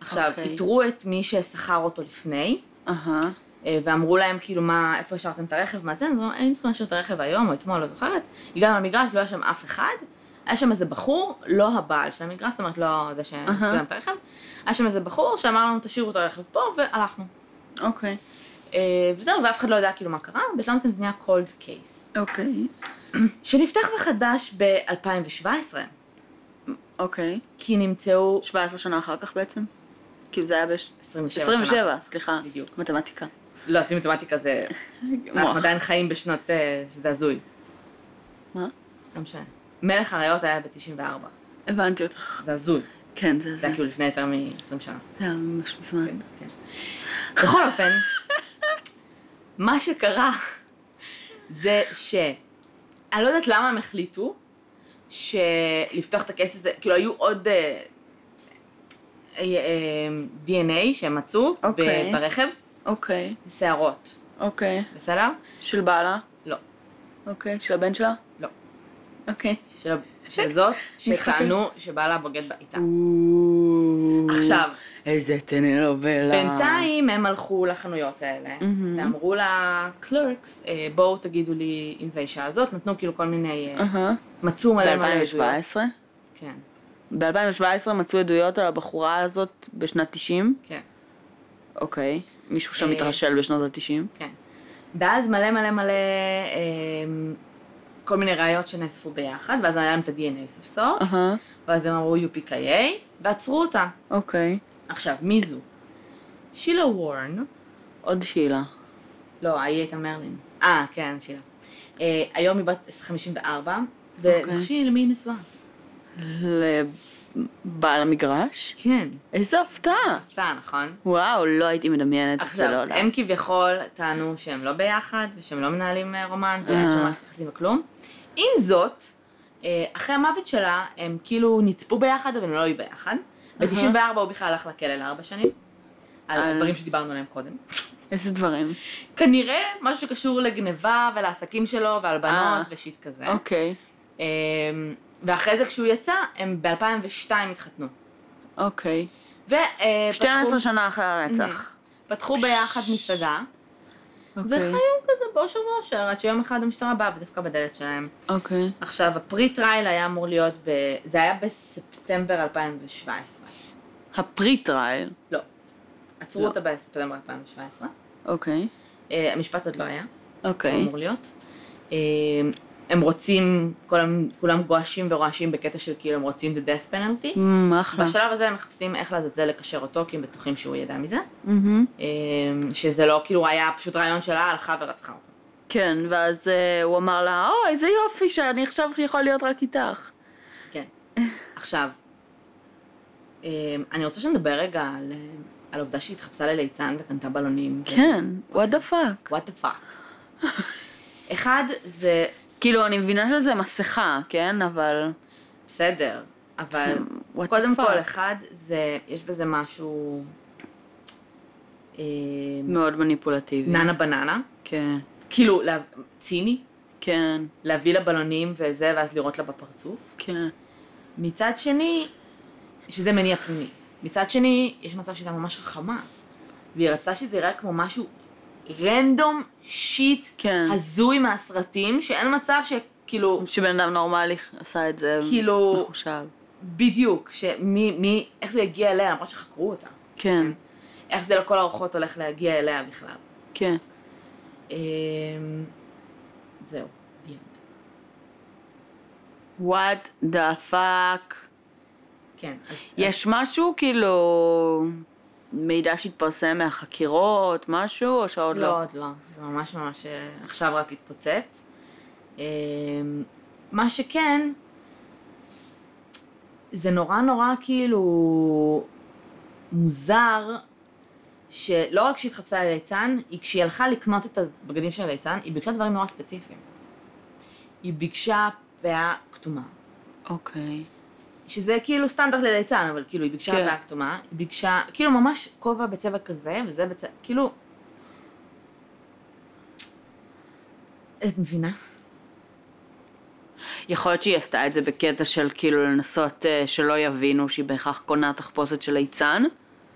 S1: עכשיו,
S2: אוקיי.
S1: איתרו את מי ששכר אותו לפני,
S2: אהה.
S1: אה, ואמרו להם כאילו מה, איפה השארתם את הרכב, מה זה, אז אמרו, היינו צריכים להשאיר את הרכב היום או אתמול, לא זוכרת. הגענו למגרש, לא היה שם אף אחד, היה שם איזה בחור, לא הבעל של המגרש, זאת אומרת לא זה שהסתכל להם את הרכב, היה שם איזה בחור שאמר לנו תשאירו את הרכב פה, והלכנו.
S2: אוקיי.
S1: אה, וזהו, ואף אחד לא יודע כאילו מה קרה, בשלב מסוים זה נהיה cold case,
S2: אוקיי.
S1: שנפתח מחדש ב-2017,
S2: אוקיי.
S1: כי נמצאו
S2: 17 שנה אחר כך בעצם? כאילו זה היה ב...
S1: 27 שנה.
S2: 27, סליחה.
S1: בדיוק.
S2: מתמטיקה.
S1: לא, עושים מתמטיקה זה, אנחנו עדיין חיים בשנות, אה, זה הזוי.
S2: מה?
S1: לא משנה. מלך הראיות היה ב-94,
S2: הבנתי אותך.
S1: זה הזוי.
S2: כן, זה
S1: זה
S2: זה.
S1: היה כאילו לפני יותר מ-20 שנה.
S2: זה היה ממש מזמן.
S1: כן. בכל אופן, מה שקרה זה ש... אני לא יודעת למה הם החליטו שלפתוח את הקייס הזה, כאילו היו עוד אה, אה, אה, DNA שהם מצאו ב-
S2: אוקיי.
S1: ברכב,
S2: אוקיי.
S1: שערות,
S2: אוקיי.
S1: בסדר?
S2: של בעלה?
S1: לא.
S2: אוקיי. של הבן שלה?
S1: לא.
S2: אוקיי.
S1: של, של זאת
S2: משחק.
S1: שטענו שבעלה בוגד באיתה. עכשיו,
S2: איזה טנלובלה.
S1: בינתיים הם הלכו לחנויות האלה,
S2: מהמם.
S1: ואמרו לקלרקס, אה, בואו תגידו לי אם זו האישה הזאת, נתנו כאילו כל מיני, אה,
S2: אהה.
S1: מצאו מלא מלא עדויות.
S2: ב-2017?
S1: כן,
S2: ב-2017 מצאו עדויות על הבחורה הזאת בשנת 90?
S1: כן,
S2: אוקיי. מישהו שם
S1: אה.
S2: התרשל בשנות ה-90?
S1: כן. ואז מלא מלא מלא אה, כל מיני ראיות שנאספו ביחד, ואז היה להם את ה-DNA סוף סוף,
S2: אהה.
S1: ואז הם אמרו UPKA, ועצרו אותה.
S2: אוקיי.
S1: עכשיו, מי זו? שילה וורן,
S2: עוד שאלה.
S1: לא, ההיא הייתה מרלין. אה, כן, שילה. אה, היום היא בת 54,
S2: אוקיי.
S1: ונחשי למי היא נשואה.
S2: לבעל המגרש?
S1: כן.
S2: איזה הפתעה.
S1: הפתעה, נכון?
S2: וואו, לא הייתי מדמיינת את זה לא
S1: עכשיו,
S2: לעולם.
S1: הם כביכול טענו שהם לא ביחד, ושהם לא מנהלים אה, רומן, ואין שם
S2: אה.
S1: מערכת יחסים וכלום. עם זאת, אה, אחרי המוות שלה, הם כאילו נצפו ביחד, אבל הם לא היו ביחד. ב-94 הוא בכלל הלך לכלא לארבע שנים. על
S2: על-
S1: דברים שדיברנו עליהם קודם.
S2: איזה דברים.
S1: כנראה משהו שקשור לגניבה ולעסקים שלו
S2: אה.
S1: והלבנות ושיט כזה.
S2: אוקיי.
S1: אמ, ואחרי זה כשהוא יצא, הם ב-2002 התחתנו.
S2: אוקיי.
S1: ופתחו
S2: 12 שנה אחרי הרצח.
S1: פתחו ביחד מסעדה,
S2: אוקיי.
S1: וחיו כזה באושר ואושר, עד שיום אחד המשטרה באה ודפקה בדלת שלהם.
S2: אוקיי.
S1: עכשיו, הפרי טרייל היה אמור להיות ב... זה היה בספטמבר 2017.
S2: הפרי טרייל.
S1: לא. עצרו
S2: לא.
S1: אותה בספטמבר 2017.
S2: אוקיי.
S1: אה, המשפט עוד לא היה, הוא
S2: אוקיי.
S1: אמור להיות. אה, הם רוצים, כולם- כולם גועשים ורועשים בקטע של כאילו הם רוצים the death penalty.
S2: אמ, אחלה.
S1: בשלב הזה הם מחפשים איך לעזאזל לקשר אותו, כי הם בטוחים שהוא ידע מזה.
S2: מהמם.
S1: אמ, שזה לא, כאילו היה פשוט רעיון שלה, הלכה ורצחה אותו.
S2: כן, ואז אה, הוא אמר לה, או, איזה יופי שאני עכשיו יכול להיות רק איתך.
S1: כן. עכשיו, אמ, אני רוצה שנדבר רגע על אמ, על העובדה שהיא התחפשה לליצן וקנתה בלונים.
S2: כן, what the fuck.
S1: וואט דה פאק. אחד, זה
S2: כאילו, אני מבינה שזה מסכה, כן? אבל...
S1: בסדר, אבל
S2: Hmm, what the
S1: קודם
S2: fuck.
S1: כל, אחד, זה, יש בזה משהו... אמ,
S2: מאוד מניפולטיבי.
S1: ננה בננה,
S2: כן,
S1: כאילו, לה- ציני,
S2: כן,
S1: להביא לה בלונים וזה, ואז לירות לה בפרצוף.
S2: כן.
S1: מצד שני, שזה מניע פנימי. מצד שני, יש מצב שהייתה ממש חכמה, והיא רצתה שזה ייראה כמו משהו רנדום שיט
S2: כן.
S1: הזוי מהסרטים, שאין מצב שכאילו,
S2: שבן אדם נורמלי עשה את זה.
S1: כאילו-
S2: מחושב.
S1: בדיוק, שמי, מי, איך זה הגיע אליה, למרות שחקרו אותה.
S2: כן,
S1: איך זה לכל הרוחות הולך להגיע אליה בכלל.
S2: כן.
S1: אמ, זהו. the end.
S2: What the fuck.
S1: כן, אז...
S2: יש משהו כאילו... מידע שהתפרסם מהחקירות, משהו, או שעוד
S1: אז-
S2: לא?
S1: לא, עוד לא. זה ממש ממש אה, עכשיו רק התפוצץ. אמ, מה שכן, זה נורא נורא כאילו מוזר, שלא רק שהיא התחפשה לליצן, היא כשהיא הלכה לקנות את הבגדים של הליצן, היא ביקשה דברים נורא ספציפיים. היא ביקשה פאה כתומה.
S2: אוקיי.
S1: שזה כאילו סטנדרט לליצן, אבל כאילו היא ביקשה
S2: כן.
S1: כן. פאה כתומה, היא ביקשה, כאילו ממש כובע בצבע כזה, וזה בצבע, כאילו... את מבינה?
S2: יכול להיות שהיא עשתה את זה בקטע של כאילו לנסות אה, שלא יבינו שהיא בהכרח קונה תחפושת של ליצן.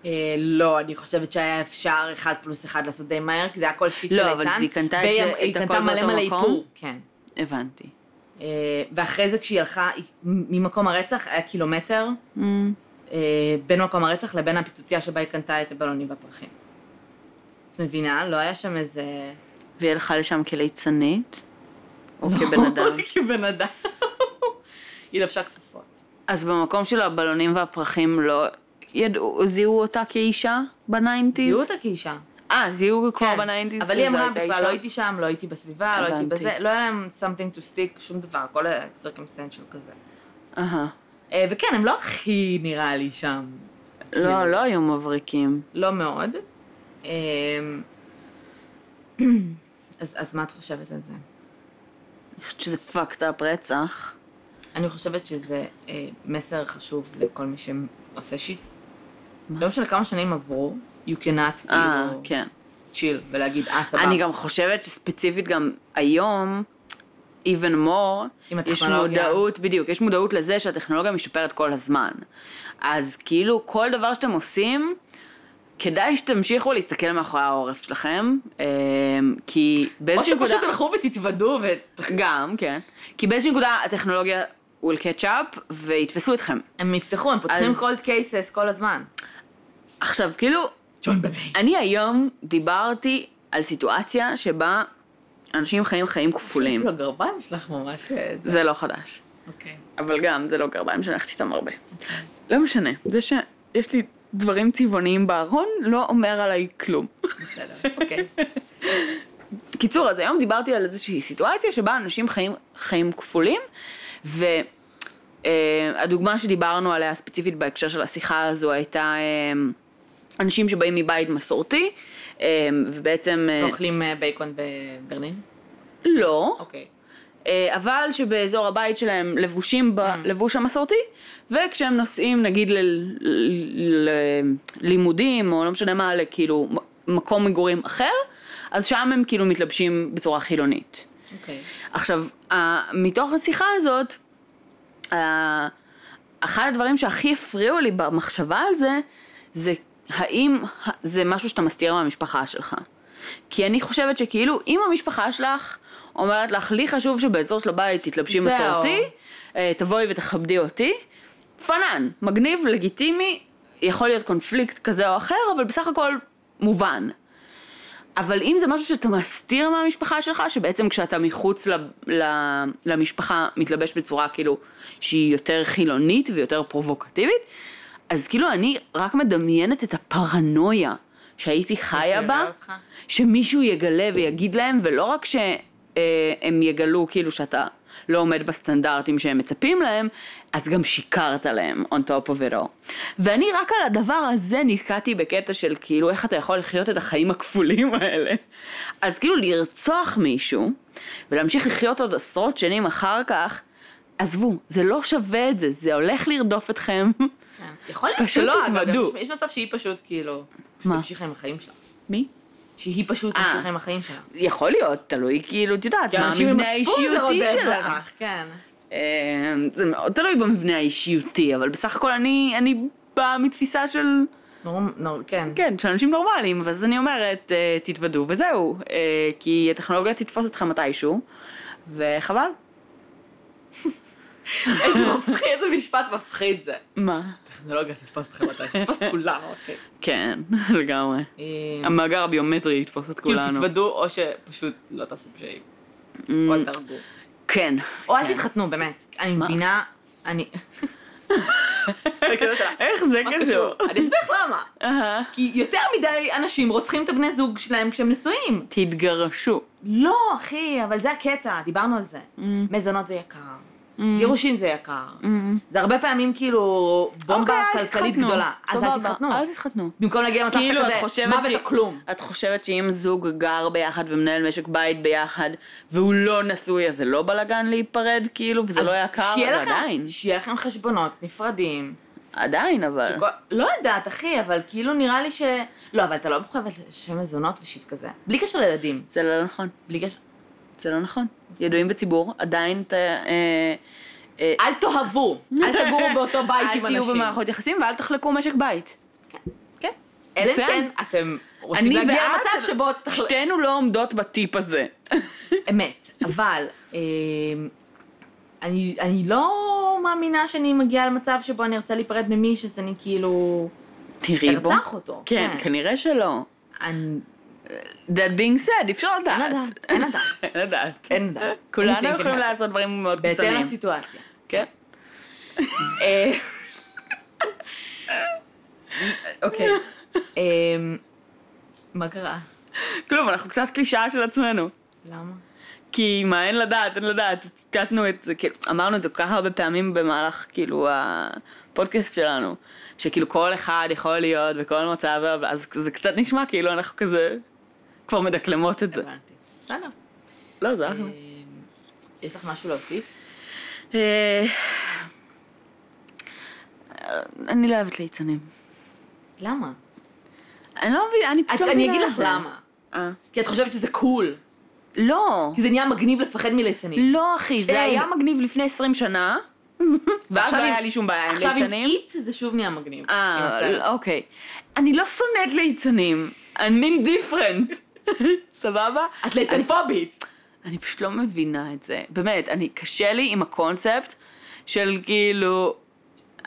S1: אה, לא, אני חושבת שהיה אפשר אחד פלוס אחד לעשות די מהר, כי זה היה כל שיט של
S2: לא,
S1: ליצן.
S2: אבל אז היא קנתה את
S1: והיא-
S2: זה-
S1: היא
S2: את הכל
S1: קנתה מלא
S2: באותו
S1: מלא
S2: מקום?
S1: איפור. כן.
S2: הבנתי.
S1: אה, ואחרי זה כשהיא הלכה, היא- ממקום הרצח היה קילומטר אה, בין מקום הרצח לבין הפיצוצייה שבה היא קנתה את הבלונים והפרחים. את מבינה? לא היה שם איזה...
S2: והיא הלכה לשם כליצנית? או
S1: לא,
S2: כבן אדם?
S1: כבן אדם. היא לבשה כפפות.
S2: אז במקום של הבלונים והפרחים לא ידעו, זיהו אותה כאישה בניינטיז?
S1: זיהו אותה כאישה.
S2: אה, זיהו כבר
S1: כן.
S2: בניינטיז?
S1: אבל היא אמרה בכלל, לא הייתי שם, לא הייתי בסביבה, לא הייתי
S2: הבנתי.
S1: בזה, לא היה להם something to stick, שום דבר, כל ה-circumstantial כזה.
S2: אהה.
S1: אה, וכן, הם לא הכי נראה לי שם, כן.
S2: לא, לא היו מבריקים.
S1: לא מאוד. אה, אז אז מה את חושבת על זה?
S2: אני חושבת שזה fucked up רצח.
S1: אני חושבת שזה אה, מסר חשוב לכל מי שעושה שיט. לא משנה כמה שנים עברו, you cannot
S2: אה,
S1: כאילו
S2: כן.
S1: chill ולהגיד, אה, סבבה.
S2: אני גם חושבת שספציפית גם היום, even more,
S1: עם
S2: יש
S1: הטכנולוגיה.
S2: מודעות, בדיוק, יש מודעות לזה שהטכנולוגיה משתפרת כל הזמן. אז כאילו כל דבר שאתם עושים, כדאי שתמשיכו להסתכל מאחורי העורף שלכם, אה, כי
S1: או
S2: באיזושהי נקודה...
S1: שפשוט תלכו ותתוודו ו...
S2: גם, כן. כי באיזושהי נקודה הטכנולוגיה will catch up ויתפסו אתכם.
S1: הם יפתחו, הם פותחים
S2: אז-
S1: cold cases כל הזמן.
S2: עכשיו, כאילו,
S1: ג'ון בני.
S2: אני היום דיברתי על סיטואציה שבה אנשים חיים חיים כפולים.
S1: כאילו הגרביים שלך ממש... אה, זה-
S2: זה לא חדש.
S1: אוקיי.
S2: אבל גם, זה לא גרביים שאני הולכת איתם הרבה. לא משנה, זה שיש לי דברים צבעוניים בארון לא אומר עליי כלום.
S1: בסדר, אוקיי.
S2: קיצור, אז היום דיברתי על איזושהי סיטואציה שבה אנשים חיים חיים כפולים, והדוגמה שדיברנו עליה ספציפית בהקשר של השיחה הזו הייתה אמ, אנשים שבאים מבית מסורתי, אמ, ובעצם... אה,
S1: אוכלים אה, בייקון בברלין?
S2: לא.
S1: אוקיי.
S2: אה, אבל שבאזור הבית שלהם לבושים בלבוש המסורתי, וכשהם נוסעים נגיד ללימודים, או לא משנה מה, לכאילו מ- מקום מגורים אחר, אז שם הם כאילו מתלבשים בצורה חילונית.
S1: אוקיי.
S2: עכשיו, ה- מתוך השיחה הזאת, ה- אחד הדברים שהכי הפריעו לי במחשבה על זה, זה האם ה- זה משהו שאתה מסתיר מהמשפחה שלך. כי אני חושבת שכאילו, אם המשפחה שלך אומרת לך, לי חשוב שבאזור של הבית תתלבשי
S1: זהו.
S2: מסורתי, אה, תבואי ותכבדי אותי, פנן, מגניב, לגיטימי, יכול להיות קונפליקט כזה או אחר, אבל בסך הכל מובן. אבל אם זה משהו שאתה מסתיר מהמשפחה שלך, שבעצם כשאתה מחוץ ל, ל, למשפחה מתלבש בצורה כאילו שהיא יותר חילונית ויותר פרובוקטיבית, אז כאילו אני רק מדמיינת את הפרנויה שהייתי חיה
S1: מישהו
S2: בה,
S1: יראה אותך?
S2: שמישהו יגלה ויגיד להם, ולא רק שהם יגלו כאילו שאתה לא עומד בסטנדרטים שהם מצפים להם, אז גם שיקרת להם on top of it all. ואני רק על הדבר הזה נתקעתי בקטע של כאילו איך אתה יכול לחיות את החיים הכפולים האלה. אז כאילו לרצוח מישהו ולהמשיך לחיות עוד עשרות שנים אחר כך, עזבו, זה לא שווה את זה, זה הולך לרדוף אתכם.
S1: כן. יכול להיות
S2: פשוט
S1: שלא, אגב,
S2: תתוודו.
S1: יש- יש מצב שהיא פשוט כאילו...
S2: מה?
S1: מה? תמשיכה עם החיים שלה.
S2: מי?
S1: שהיא פשוט
S2: אה.
S1: תמשיכה עם החיים שלה.
S2: יכול להיות, תלוי כאילו, את יודעת, מה
S1: אנשים עם
S2: המבנה
S1: מצפון זה
S2: האישיותי
S1: רודף
S2: שלך.
S1: אותך, כן.
S2: אמ, אה, זה מאוד תלוי במבנה האישיותי, אבל בסך הכל אני, אני באה מתפיסה של
S1: נורא- נורא- כן.
S2: כן, של אנשים נורמליים, ואז אני אומרת, אה, תתוודו וזהו, אה, כי הטכנולוגיה תתפוס אתכם מתישהו, וחבל.
S1: איזה מפחיד, איזה משפט מפחיד זה.
S2: מה?
S1: טכנולוגיה תתפוס אותך מתי, תתפוס את אוקיי. כולנו, אחי.
S2: כן, לגמרי.
S1: אה,
S2: המאגר הביומטרי יתפוס את
S1: כאילו
S2: כולנו.
S1: תתוודו או שפשוט לא תעשו פשעים,
S2: Mm,
S1: או אל תהרגו.
S2: כן.
S1: או אל
S2: כן.
S1: תתחתנו, באמת. אני
S2: מה?
S1: מבינה, אני...
S2: איך זה
S1: כן,
S2: כאילו
S1: מה
S2: קשור?
S1: קשור? אני אסביר לך למה.
S2: אהה.
S1: כי יותר מדי אנשים רוצחים את הבני זוג שלהם כשהם נשואים.
S2: תתגרשו.
S1: לא, אחי, אבל זה הקטע, דיברנו על זה. מזונות זה יקר, גירושים זה יקר.
S2: Mm.
S1: זה הרבה פעמים כאילו בומבה
S2: אוקיי, אל
S1: כלכלית
S2: תתחתנו.
S1: גדולה. אז אל
S2: סבבה,
S1: תתחתנו.
S2: אל תתחתנו.
S1: במקום להגיע למצב
S2: כאילו, את
S1: שאתה כזה,
S2: חושבת
S1: מוות
S2: ש-
S1: או כלום.
S2: את חושבת שאם זוג גר ביחד ומנהל משק בית ביחד, והוא לא נשוי, אז זה לא בלאגן להיפרד, כאילו, וזה
S1: אז
S2: לא יקר,
S1: שיהיה
S2: אבל
S1: לכם-
S2: עדיין.
S1: שיהיה לכם חשבונות נפרדים.
S2: עדיין, אבל.
S1: שכל- לא יודעת, אחי, אבל כאילו נראה לי ש... לא, אבל אתה לא מחויבת לשם מזונות ושיט כזה. בלי קשר לילדים.
S2: זה לא נכון.
S1: בלי קשר...
S2: זה לא נכון. ידועים בציבור, עדיין ת... אה, אה,
S1: אל תאהבו! אל תגורו באותו בית עם
S2: אל תהיו
S1: אנשים.
S2: במערכות יחסים ואל תחלקו משק בית. כן.
S1: אלא אם
S2: מצוין.
S1: כן, אתם רוצים
S2: אני
S1: להגיע
S2: ואת-
S1: למצב שבו... תחל-
S2: שתינו לא עומדות בטיפ הזה.
S1: אמת, אבל אמ, אני אני לא מאמינה שאני מגיעה למצב שבו אני ארצה להיפרד ממי שזה אני כאילו...
S2: תראי בו.
S1: ארצח אותו.
S2: כן, כנראה שלא.
S1: אני-
S2: That being said, אי אפשר
S1: אין
S2: לדעת.
S1: לדעת, אין לדעת,
S2: אין לדעת.
S1: אין לדעת.
S2: כולנו
S1: Anything can
S2: יכולים
S1: happen.
S2: לעשות דברים מאוד
S1: בהתאם
S2: קיצוניים.
S1: לסיטואציה.
S2: כן.
S1: אה, אוקיי. אמ, מה קרה?
S2: כלום, אנחנו קצת קלישאה של עצמנו.
S1: למה?
S2: כי מה, אין לדעת, אין לדעת. קטנו את זה, כאילו, אמרנו את זה כל כך הרבה פעמים במהלך, כאילו, הפודקאסט שלנו. שכאילו כל אחד יכול להיות בכל מצב, אבל- אז זה קצת נשמע כאילו אנחנו כזה כבר מדקלמות את זה.
S1: הבנתי. בסדר.
S2: לא, זה
S1: אמ,
S2: אחלה.
S1: יש לך משהו להוסיף?
S2: אה, אני לא אוהבת ליצנים.
S1: למה?
S2: אני לא מבינה, אני פשוט
S1: את-
S2: לא
S1: אני
S2: מבינה
S1: אגיד
S2: את
S1: לך
S2: זה.
S1: למה.
S2: אה.
S1: כי את חושבת שזה קול.
S2: לא.
S1: כי זה נהיה מגניב לפחד מליצנים.
S2: לא, אחי,
S1: כן.
S2: זה היה מגניב לפני 20 שנה, ואז
S1: ועכשיו
S2: לא
S1: עם-
S2: היה לי שום בעיה עם
S1: עכשיו עם
S2: ליצנים.
S1: איט זה שוב נהיה מגניב. עם
S2: אה,
S1: הסרט.
S2: לא, אוקיי. אני לא שונאת ליצנים, אני אינדיפרנט. סבבה?
S1: את ליצנפובית.
S2: אני פשוט לא מבינה את זה. באמת, אני, קשה לי עם הקונספט של כאילו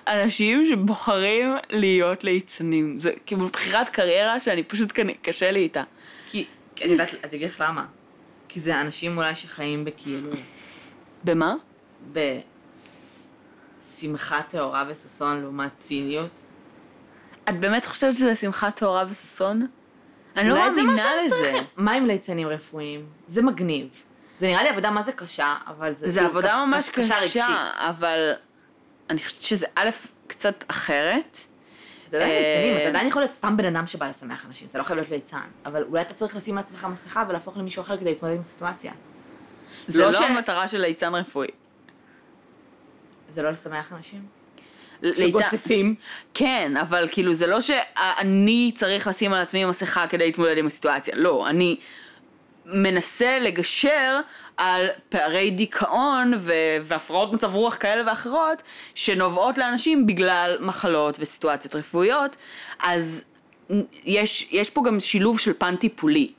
S2: אנשים שבוחרים להיות ליצנים. זה כאילו בחירת קריירה שאני פשוט, כנ- קשה לי איתה.
S1: כי, כי את יודעת, את אגיד לך למה. כי זה אנשים אולי שחיים בכאילו,
S2: במה?
S1: בשמחה טהורה וששון לעומת ציניות.
S2: את באמת חושבת שזה שמחה טהורה וששון? אני לא
S1: אולי זה מה
S2: מאמינה
S1: שהם
S2: לזה.
S1: צריכים. מה עם ליצנים רפואיים? זה מגניב. זה נראה לי עבודה מה זה קשה, אבל זה...
S2: זה
S1: כאילו
S2: עבודה
S1: קש-
S2: ממש קשה,
S1: רגשית.
S2: אבל אני חושבת שזה א', קצת אחרת.
S1: זה לא
S2: אה,
S1: ליצנים, אתה עדיין יכול להיות סתם בן אדם שבא לשמח אנשים, אתה לא חייב להיות ליצן. אבל אולי אתה צריך לשים לעצמך מסכה ולהפוך למישהו אחר כדי להתמודד עם הסיטואציה.
S2: זה לא
S1: ש-
S2: המטרה של ליצן רפואי.
S1: זה לא לשמח אנשים?
S2: ליצן- כן, אבל כאילו זה לא שאני צריך לשים על עצמי מסכה כדי להתמודד עם הסיטואציה. לא, אני מנסה לגשר על פערי דיכאון ו- והפרעות מצב רוח כאלה ואחרות שנובעות לאנשים בגלל מחלות וסיטואציות רפואיות, אז יש, יש פה גם שילוב של פן טיפולי.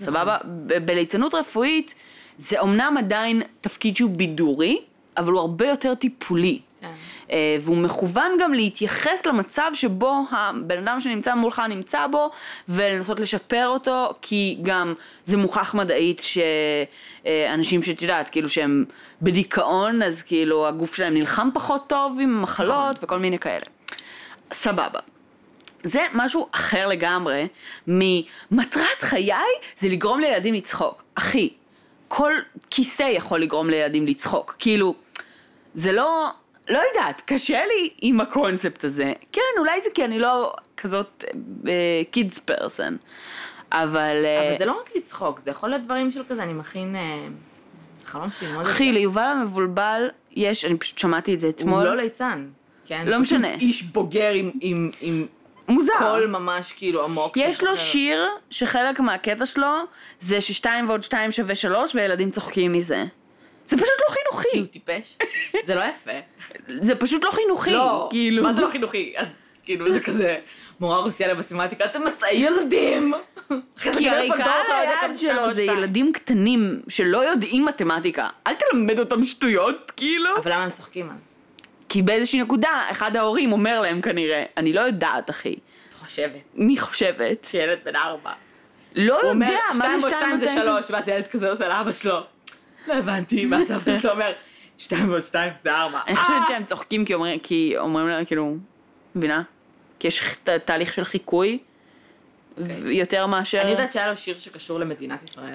S2: סבבה? ב- בליצנות רפואית זה אומנם עדיין תפקיד שהוא בידורי, אבל הוא הרבה יותר טיפולי.
S1: כן.
S2: אה, והוא מכוון גם להתייחס למצב שבו הבן אדם שנמצא מולך נמצא בו ולנסות לשפר אותו כי גם זה מוכח מדעית שאנשים שאת יודעת כאילו שהם בדיכאון אז כאילו הגוף שלהם נלחם פחות טוב עם מחלות וכל מיני כאלה. סבבה. זה משהו אחר לגמרי ממטרת חיי זה לגרום לילדים לצחוק. אחי, כל כיסא יכול לגרום לילדים לצחוק. כאילו, זה לא, לא יודעת, קשה לי עם הקונספט הזה. כן, אולי זה כי אני לא כזאת קידס uh, פרסן. אבל, אה,
S1: אבל זה לא רק לצחוק, זה יכול להיות דברים של כזה, אני מכין... אה, זה זה חלום שלי מאוד...
S2: אחי, ליובל המבולבל יש, אני פשוט שמעתי את זה
S1: לא הוא
S2: אתמול,
S1: לא ליצן. כן. אה.
S2: לא
S1: פשוט
S2: משנה.
S1: איש בוגר עם- עם- עם
S2: מוזר.
S1: קול ממש כאילו עמוק.
S2: יש
S1: של-
S2: לו שיר שחלק מהקטע שלו זה ששתיים ועוד שתיים שווה שלוש וילדים צוחקים מזה. זה פשוט לא
S1: כי הוא
S2: חינוכי.
S1: טיפש? זה לא יפה.
S2: זה פשוט לא חינוכי. כאילו.
S1: מה זה לא חינוכי? את- כאילו זה כזה, מורה רוסיה למתמטיקה, אתם ילדים! אחרי זה
S2: כי
S1: גר
S2: הרי
S1: בדור
S2: קהל
S1: שעוד יקבל שתיים
S2: היעד שלו
S1: ועוד
S2: זה
S1: שתיים.
S2: ילדים קטנים שלא יודעים מתמטיקה. אל תלמד אותם שטויות, כאילו.
S1: אבל למה הם צוחקים אז?
S2: כי באיזושהי נקודה, אחד ההורים אומר להם כנראה, אני לא יודעת, אחי.
S1: את חושבת
S2: אני חושבת.
S1: שילד בן ארבע.
S2: לא
S1: הוא
S2: יודע,
S1: אומר,
S2: מה זה
S1: שתיים ועוד שתיים זה
S2: נותן שם?"
S1: שלוש, ואז ילד כזה עושה לאבא שלו. לא הבנתי, ואז אבא שלו אומר, שתיים ועוד שתיים זה ארבע. אה!
S2: אני חושבת שהם צוחקים כי אומרים, כי אומרים להם, כאילו, מבינה? כי יש ת- תהליך של חיקוי. ו- יותר מאשר...
S1: אוקיי. אני יודעת שהיה לו שיר שקשור למדינת ישראל.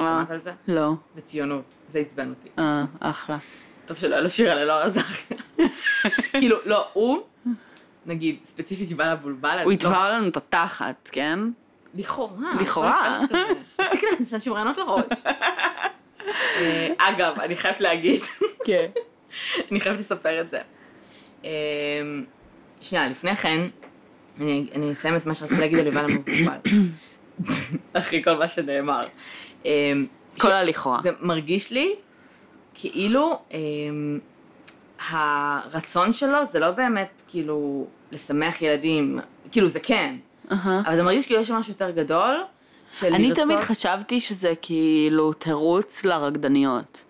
S2: אה.
S1: שמעת על זה?
S2: לא.
S1: וציונות. זה עצבן אותי.
S2: אה, אחלה.
S1: טוב שלא לא היה לו שיר על אלאור אזרחי. כאילו, לא, הוא, נגיד, ספציפית יובל אבולבל, אני
S2: הוא
S1: לא-
S2: יתבע לנו את התחת, כן?
S1: לכאורה.
S2: לכאורה.
S1: כל הפרק הזה. תפסיק להכניס אנשים רעיונות לראש. אה, אגב, אני חייבת להגיד,
S2: כן.
S1: אני חייבת לספר את זה. אה, שנייה, לפני כן, אני אני אסיים את מה שרציתי להגיד על יובל המוגבל. אחרי כל מה שנאמר. אה,
S2: כל הלכאורה.
S1: זה מרגיש לי כאילו אה, הרצון שלו זה לא באמת כאילו לשמח ילדים, כאילו זה כן,
S2: אהה.
S1: אבל זה מרגיש כאילו יש שם משהו יותר גדול. של
S2: אה? אני
S1: לרצות-
S2: תמיד חשבתי שזה כאילו תירוץ לרקדניות.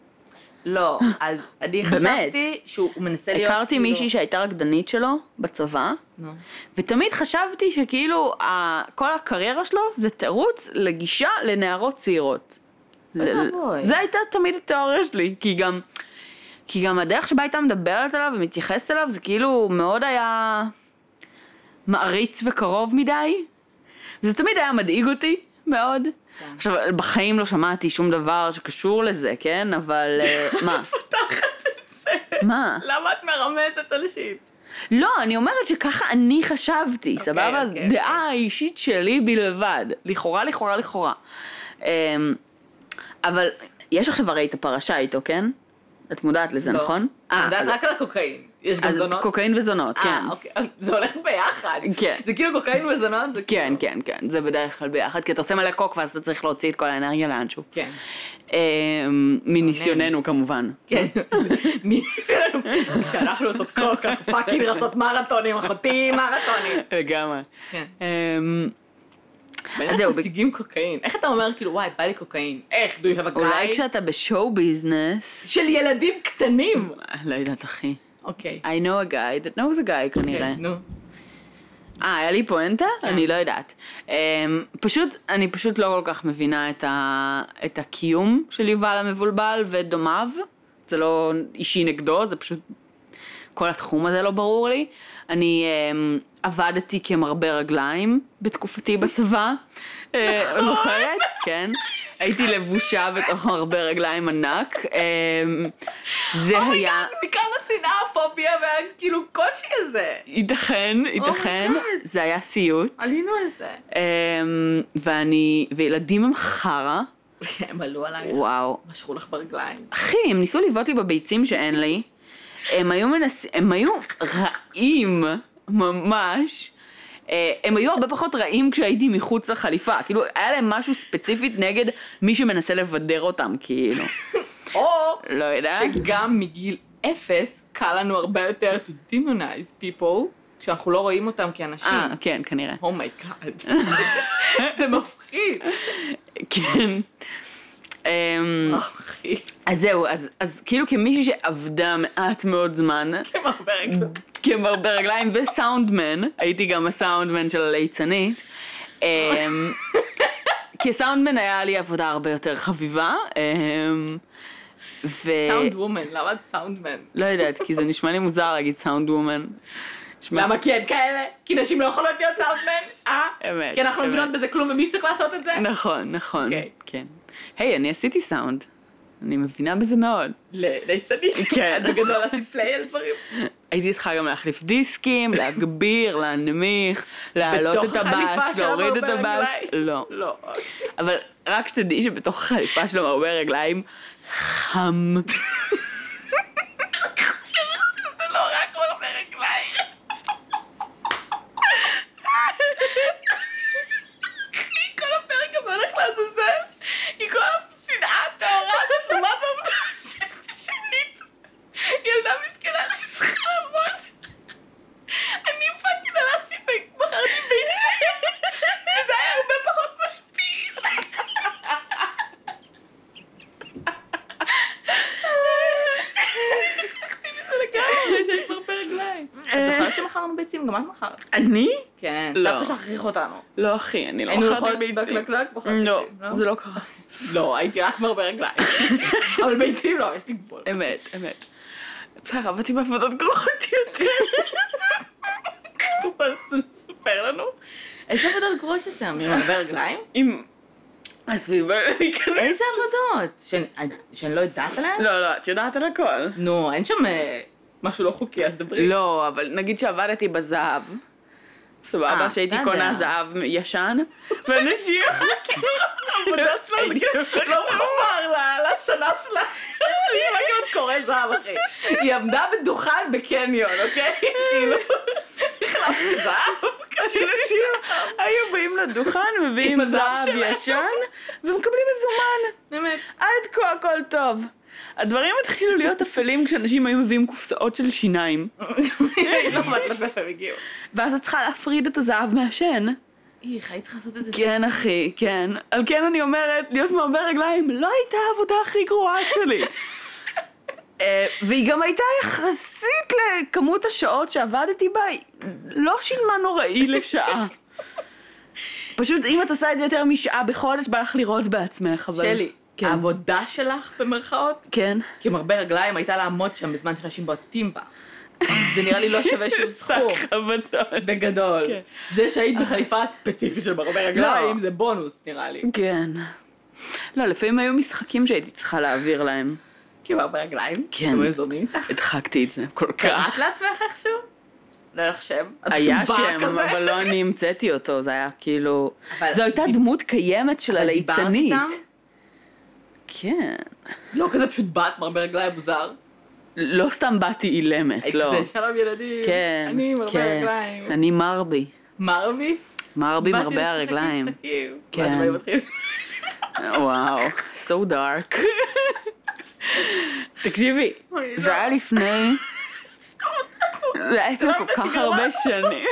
S1: לא, אז אני
S2: באמת?
S1: חשבתי שהוא הוא מנסה להיות
S2: הכרתי
S1: כאילו-
S2: מישהי שהייתה רקדנית שלו בצבא,
S1: נו.
S2: ותמיד חשבתי שכאילו ה- כל הקריירה שלו זה תירוץ לגישה לנערות צעירות.
S1: אוי
S2: ל-
S1: ואבוי.
S2: זה הייתה תמיד התיאוריה שלי, כי גם, כי גם הדרך שבה הייתה מדברת אליו ומתייחסת אליו זה כאילו מאוד היה מעריץ וקרוב מדי, וזה תמיד היה מדאיג אותי מאוד.
S1: כן.
S2: עכשיו, בחיים לא שמעתי שום דבר שקשור לזה, כן? אבל אה, מה? מה?
S1: למה את מרמזת על שיט?
S2: לא, אני אומרת שככה אני חשבתי,
S1: אוקיי,
S2: סבבה?
S1: אוקיי,
S2: דעה האישית שלי בלבד. לכאורה, לכאורה, לכאורה. אמ, אבל יש עכשיו הרי את הפרשה איתו, כן? את מודעת לזה,
S1: לא.
S2: נכון?
S1: אני
S2: אה,
S1: יודעת
S2: אז-
S1: רק על הקוקאין. יש גם
S2: אז
S1: זונות?
S2: קוקאין וזונות, כן.
S1: אה, אוקיי. זה הולך ביחד.
S2: כן.
S1: זה כאילו קוקאין וזונות זה
S2: כן,
S1: כאילו...
S2: כן, כן, זה בדרך כלל ביחד, כי אתה עושה מלא קוק ואז אתה צריך להוציא את כל האנרגיה לאנשהו.
S1: כן.
S2: אמ, מניסיוננו כמובן.
S1: כן. מי זה לנו? כשאנחנו עושות קוק, אנחנו פאקינג רצות מרתונים, אחותי מרתונים.
S2: לגמרי.
S1: כן.
S2: אמ,
S1: אז זהו.
S2: זהו,
S1: משיגים קוקאין. איך אתה אומר כאילו וואי, בא לי קוקאין? איך? do you have a
S2: אולי
S1: guy?
S2: כשאתה בשואו ביזנס...
S1: של ילדים קטנים.
S2: לא יודעת, אחי.
S1: אוקיי.
S2: I know a guy that knows a guy כנראה.
S1: אוקיי, נו.
S2: אה, היה לי פואנטה?
S1: כן.
S2: אני לא יודעת. אמ, פשוט, אני פשוט לא כל כך מבינה את, ה, את הקיום של יובל המבולבל ודומיו. זה לא אישי נגדו, זה פשוט... כל התחום הזה לא ברור לי. אני אמ, עבדתי כמרבה רגליים בתקופתי בצבא. אה, זוכרת? כן. הייתי לבושה בתוך מרבה רגליים ענק. אמ,
S1: Oh
S2: זה היה...
S1: אומייגאד, מכאן השנאה, הפוביה והכאילו קושי הזה.
S2: ייתכן, ייתכן.
S1: God.
S2: זה היה סיוט.
S1: עלינו על זה.
S2: אמ, ואני, וילדים הם חרא,
S1: כן, הם עלו עלייך,
S2: וואו.
S1: משכו לך ברגליים.
S2: אחי, הם ניסו לבעוט לי בביצים שאין לי. הם היו מנסים, הם היו רעים, ממש. אה, הם היו הרבה פחות רעים כשהייתי מחוץ לחליפה. כאילו, היה להם משהו ספציפית נגד מי שמנסה לבדר אותם, כאילו.
S1: אה? או
S2: לא יודעת.
S1: שגם מגיל אפס קל לנו הרבה יותר to demonize people כשאנחנו לא רואים אותם כאנשים.
S2: אה, כן, כנראה.
S1: אומייגאד. Oh זה מפחיד.
S2: כן. אמ,
S1: אה, מפחיד.
S2: אז זהו, אז- אז כאילו כמישהי שעבדה מעט מאוד זמן,
S1: מרבה רגליים.
S2: כמרבה רגליים וסאונדמן, הייתי גם הסאונדמן של הליצנית. אמ, כסאונדמן היה לי עבודה הרבה יותר חביבה. אמ, ו...
S1: סאונד וומן, למה את סאונדמן?
S2: לא יודעת, כי זה נשמע לי מוזר להגיד סאונד וומן. נשמע-
S1: למה כי אין כאלה? כי נשים לא יכולות להיות סאונדמן? אה?
S2: אמת,
S1: כי אנחנו לא
S2: אמת.
S1: מבינות בזה כלום ומי שצריך לעשות את זה?
S2: נכון, נכון,
S1: אוקיי.
S2: כן. היי, אני עשיתי סאונד. אני מבינה בזה מאוד.
S1: ל- ליצנית.
S2: כן.
S1: את בגדול עשית פליי על דברים.
S2: הייתי צריכה גם להחליף דיסקים, להגביר, להנמיך, להעלות
S1: בתוך
S2: את
S1: החליפה
S2: הבאס,
S1: של
S2: להוריד את
S1: המרבה
S2: הבאס.
S1: רגליים.
S2: לא.
S1: לא.
S2: אבל רק שתדעי שבתוך החליפה שלו הרבה רגליים חם.
S1: זה לא רק מרבה רגליים. אחי, כל הפרק הזה הולך לעזאזל. כי כל השנאה הטהורה הזאת, מה בעבודה שלי? ילדה מסכנה שצריכה לעבוד. אני פאקינג הלכתי אליי.
S2: אה.
S1: את זוכרת שמכרנו ביצים? גם את מכרת.
S2: אני?
S1: כן,
S2: לא.
S1: סבתא שלך הכריחה אותנו.
S2: לא, אחי, אני לא
S1: היינו
S2: אוכלת
S1: הולכות
S2: ביצים.
S1: בקלק קלק, בוחרת
S2: לא,
S1: ביצים, לא?
S2: זה לא קרה.
S1: לא, הייתי רק מרבה רגליים. אבל ביצים לא, יש לי גבול.
S2: אמת, אמת. בסדר, עבדתי בעבודות גרועות יותר. את רוצה לספר לנו?
S1: איזה עבודות גרועות יש שם? עם הרבה רגליים?
S2: אם... עזבי, בואי ניכנס.
S1: איזה עבודות? שאני- שאני לא יודעת עליהן?
S2: לא, לא, את יודעת על הכל.
S1: נו, אין שם אה, משהו לא חוקי, אז דברי.
S2: לא, אבל נגיד שעבדתי בזהב. סבבה,
S1: אה,
S2: שהייתי
S1: בסדר.
S2: קונה זהב ישן. ואנשים...
S1: עבודות שלו זה כאילו לא מחובר ל- לשנה שלה. היא רק עוד קורא זהב, אחי. היא עמדה בדוכן בקניון, אוקיי? כאילו, החלפתי זהב.
S2: אנשים היו באים לדוכן, מביאים
S1: הזהב
S2: זהב
S1: שלהם.
S2: ישן, ומקבלים מזומן.
S1: באמת.
S2: עד כה הכל טוב. הדברים התחילו להיות אפלים כשאנשים היו מביאים קופסאות של שיניים.
S1: לא אכפת לך איפה הם הגיעו.
S2: ואז את צריכה להפריד את הזהב מהשן.
S1: איך, היית צריכה לעשות את זה?
S2: כן, אחי, כן. על כן אני אומרת, להיות מרבה רגליים לא הייתה העבודה הכי גרועה שלי. אה, והיא גם הייתה יחסית לכמות השעות שעבדתי בה, היא לא שילמה נוראי לשעה. פשוט אם את עושה את זה יותר משעה בחודש, בא לך לראות בעצמך, אבל...
S1: שלי,
S2: כן.
S1: העבודה שלך, במרכאות,
S2: כן.
S1: כמרבה רגליים הייתה לעמוד שם בזמן שאנשים בועטים בה. זה נראה לי לא שווה שום סכום.
S2: שק חבטות.
S1: בגדול.
S2: כן.
S1: זה שהיית בחליפה הספציפית של מרבה רגליים
S2: לא.
S1: זה בונוס נראה לי.
S2: כן. לא, לפעמים היו משחקים שהייתי צריכה להעביר להם.
S1: כי מרבה רגליים.
S2: כן.
S1: הם היו זורמים איתך.
S2: הדחקתי את זה כל כך.
S1: קראת לעצמך איכשהו? לא היה לך שם. את
S2: היה
S1: באה
S2: שם,
S1: כזה.
S2: אבל לא אני המצאתי אותו, זה היה כאילו...
S1: אבל
S2: זו הייתה
S1: דיב-
S2: דמות קיימת של
S1: אבל דיברת
S2: הליצנית.
S1: איתם?
S2: כן.
S1: לא, כזה פשוט באת מרבה רגליים מוזר.
S2: לא סתם באתי אילמת,
S1: היית
S2: לא.
S1: כזה, שלום ילדים.
S2: כן,
S1: אני מרבה
S2: כן.
S1: רגליים.
S2: אני מרבי.
S1: מרבי?
S2: מרבי
S1: באתי לשחק
S2: מרבה הרגליים.
S1: משחקים.
S2: כן.
S1: ואז הם היו מתחילים.
S2: וואו, so dark. תקשיבי,
S1: אוי, לא.
S2: זה היה לפני... זה היה לפני
S1: לא
S2: כל
S1: יודעת
S2: כך
S1: שגרמת
S2: הרבה
S1: לו.
S2: שנים.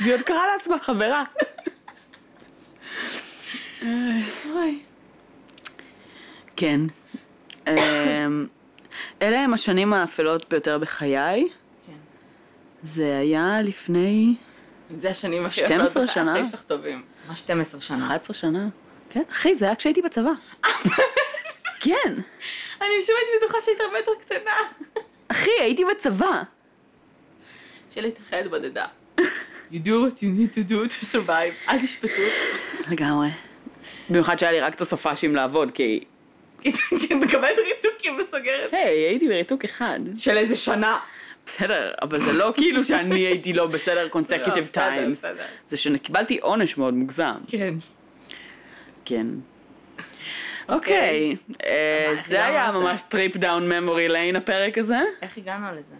S2: והיא עוד קראה לעצמה חברה.
S1: אוי.
S2: כן. אמ, אלה הם השנים האפלות ביותר בחיי.
S1: כן.
S2: זה היה לפני
S1: זה השנים הכי
S2: 12
S1: יפות בחיי,
S2: שנה?
S1: החיים שלך טובים. מה 12 שנה?
S2: 11 שנה. כן, אחי, זה היה כשהייתי בצבא. כן,
S1: אני משום הייתי בטוחה שהיית הרבה יותר קטנה.
S2: אחי, הייתי בצבא.
S1: שלי את החיילת בודדה. You do what you need to do to survive. אל תשפטו.
S2: לגמרי. במיוחד שהיה לי רק את הסופאשים לעבוד, כי...
S1: כי את מקבלת ריתוקים וסוגרת.
S2: היי, הייתי בריתוק אחד.
S1: של איזה שנה.
S2: בסדר, אבל זה לא כאילו שאני הייתי לא בסדר
S1: לא,
S2: consecutive
S1: בסדר,
S2: times.
S1: בסדר.
S2: זה שקיבלתי עונש מאוד מוגזם.
S1: כן.
S2: כן. אוקיי, אה,
S1: ממש,
S2: זה
S1: למה
S2: היה
S1: זה?
S2: ממש טריפ דאון memory lane הפרק הזה.
S1: איך הגענו לזה?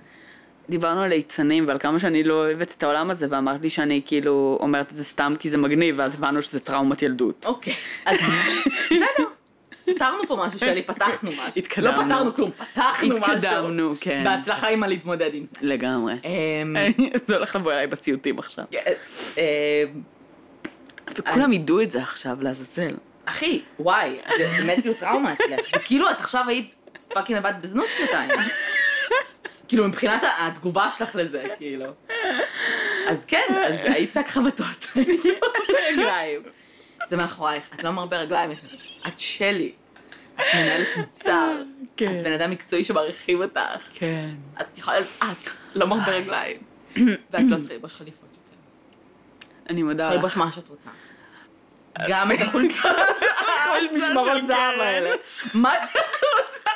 S2: דיברנו על ליצנים ועל כמה שאני לא אוהבת את העולם הזה, ואמרת לי שאני כאילו אומרת את זה סתם כי זה מגניב, ואז הבנו שזה טראומת ילדות.
S1: אוקיי. אז בסדר. פתרנו פה משהו, שלי, פתחנו משהו.
S2: התקדמנו.
S1: לא פתרנו כלום, פתחנו משהו.
S2: התקדמנו, כן.
S1: בהצלחה עם הלהתמודד עם זה.
S2: לגמרי.
S1: אמ, אה,
S2: זה הולך לבוא אליי בסיוטים עכשיו.
S1: אמ,
S2: וכולם ידעו את זה עכשיו, לעזאזל.
S1: אחי, וואי, זה באמת כאילו טראומה אצלך. זה כאילו את עכשיו היית פאקינג עבדת בזנות שנתיים. כאילו מבחינת ה- התגובה שלך לזה, כאילו. אז כן, אז היית שק חבטות. רגליים. זה מאחורייך, את לא מרבה רגליים, את- את שלי. את מנהלת מוצר. את
S2: כן.
S1: בן אדם מקצועי שמעריכים אותך.
S2: כן.
S1: את יכולה להיות את, לא מרבה רגליים. ואת לא צריכה ללבוש חליפות יותר.
S2: אני מודה
S1: צריכה
S2: לך.
S1: ללבוש מה שאת רוצה. גם את החולצה של משמרות
S2: של
S1: זהב
S2: קרן.
S1: האלה. מה שאת רוצה.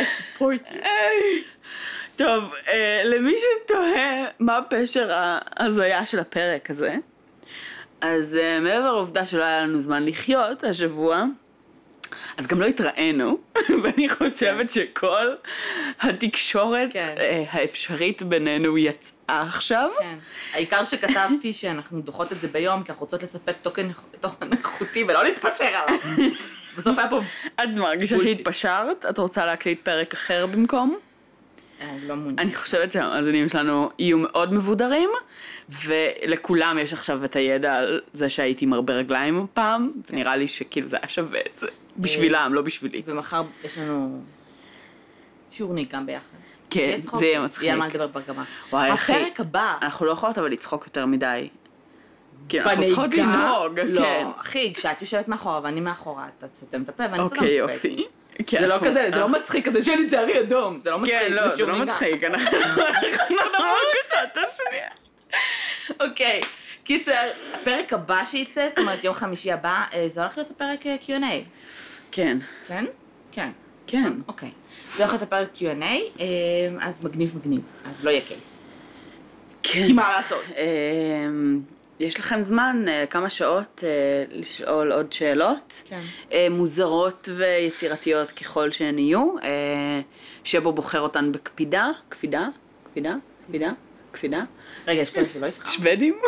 S1: I support you.
S2: היי. טוב, אה, למי שתוהה מה פשר ההזיה של הפרק הזה, אז אה, מעבר לעובדה שלא היה לנו זמן לחיות השבוע, אז גם לא התראינו, ואני חושבת שכל התקשורת
S1: כן.
S2: אה, האפשרית בינינו יצאה עכשיו.
S1: כן. העיקר שכתבתי שאנחנו דוחות את זה ביום, כי אנחנו רוצות לספק תוכן תוכן איכותי ולא להתפשר עליו. בסוף היה פה...
S2: את מרגישה
S1: בולשיט.
S2: שהתפשרת? את רוצה להקליט פרק אחר במקום?
S1: אני לא מעוניין.
S2: אני חושבת שהמאזינים שלנו יהיו מאוד מבודרים, ולכולם יש עכשיו את הידע על זה שהייתי מרבה רגליים פעם, ונראה לי שכאילו זה היה שווה את זה. בשבילם, לא בשבילי.
S1: ומחר יש לנו שיעור נהיגה ביחד.
S2: כן,
S1: צחוק.
S2: זה יהיה מצחיק.
S1: יהיה על מה לדבר בגמר.
S2: וואי, אחי.
S1: הפרק הבא.
S2: אנחנו לא יכולות אבל לצחוק יותר מדי. כן, אנחנו צריכות
S1: בנהיגה?
S2: לנהוג, כן.
S1: לא, אחי, כשאת יושבת מאחורה ואני מאחורה, אתה סותם את הפה ואני סותם את הפה.
S2: אוקיי, יופי. כן,
S1: זה לא
S2: אנחנו-
S1: כזה, זה לא מצחיק כזה, שלי צערי אדום. זה לא מצחיק,
S2: כן, לא, זה
S1: שיעור
S2: לא
S1: נהיגה.
S2: מצחיק, אנחנו אנחנו
S1: לא
S2: נהרוג אחד את השנייה.
S1: אוקיי, קיצר, הפרק הבא שייצא, זאת אומרת יום חמישי הבא, אה, זה הולך להיות הפרק אה, Q&A,
S2: כן,
S1: כן? כן.
S2: כן.
S1: אוקיי. זה הולך להיות הפרק Q&A, אה, אז מגניב מגניב, אז לא יהיה קייס.
S2: כן.
S1: כי מה לעשות?
S2: אמ, יש לכם זמן, אה, כמה שעות, אה, לשאול עוד שאלות.
S1: כן.
S2: אה, מוזרות ויצירתיות ככל שהן יהיו. אה, שבו בוחר אותן בקפידה, קפידה, קפידה, קפידה, קפידה.
S1: רגע, יש כאלה שלא יבחר.
S2: שוודים?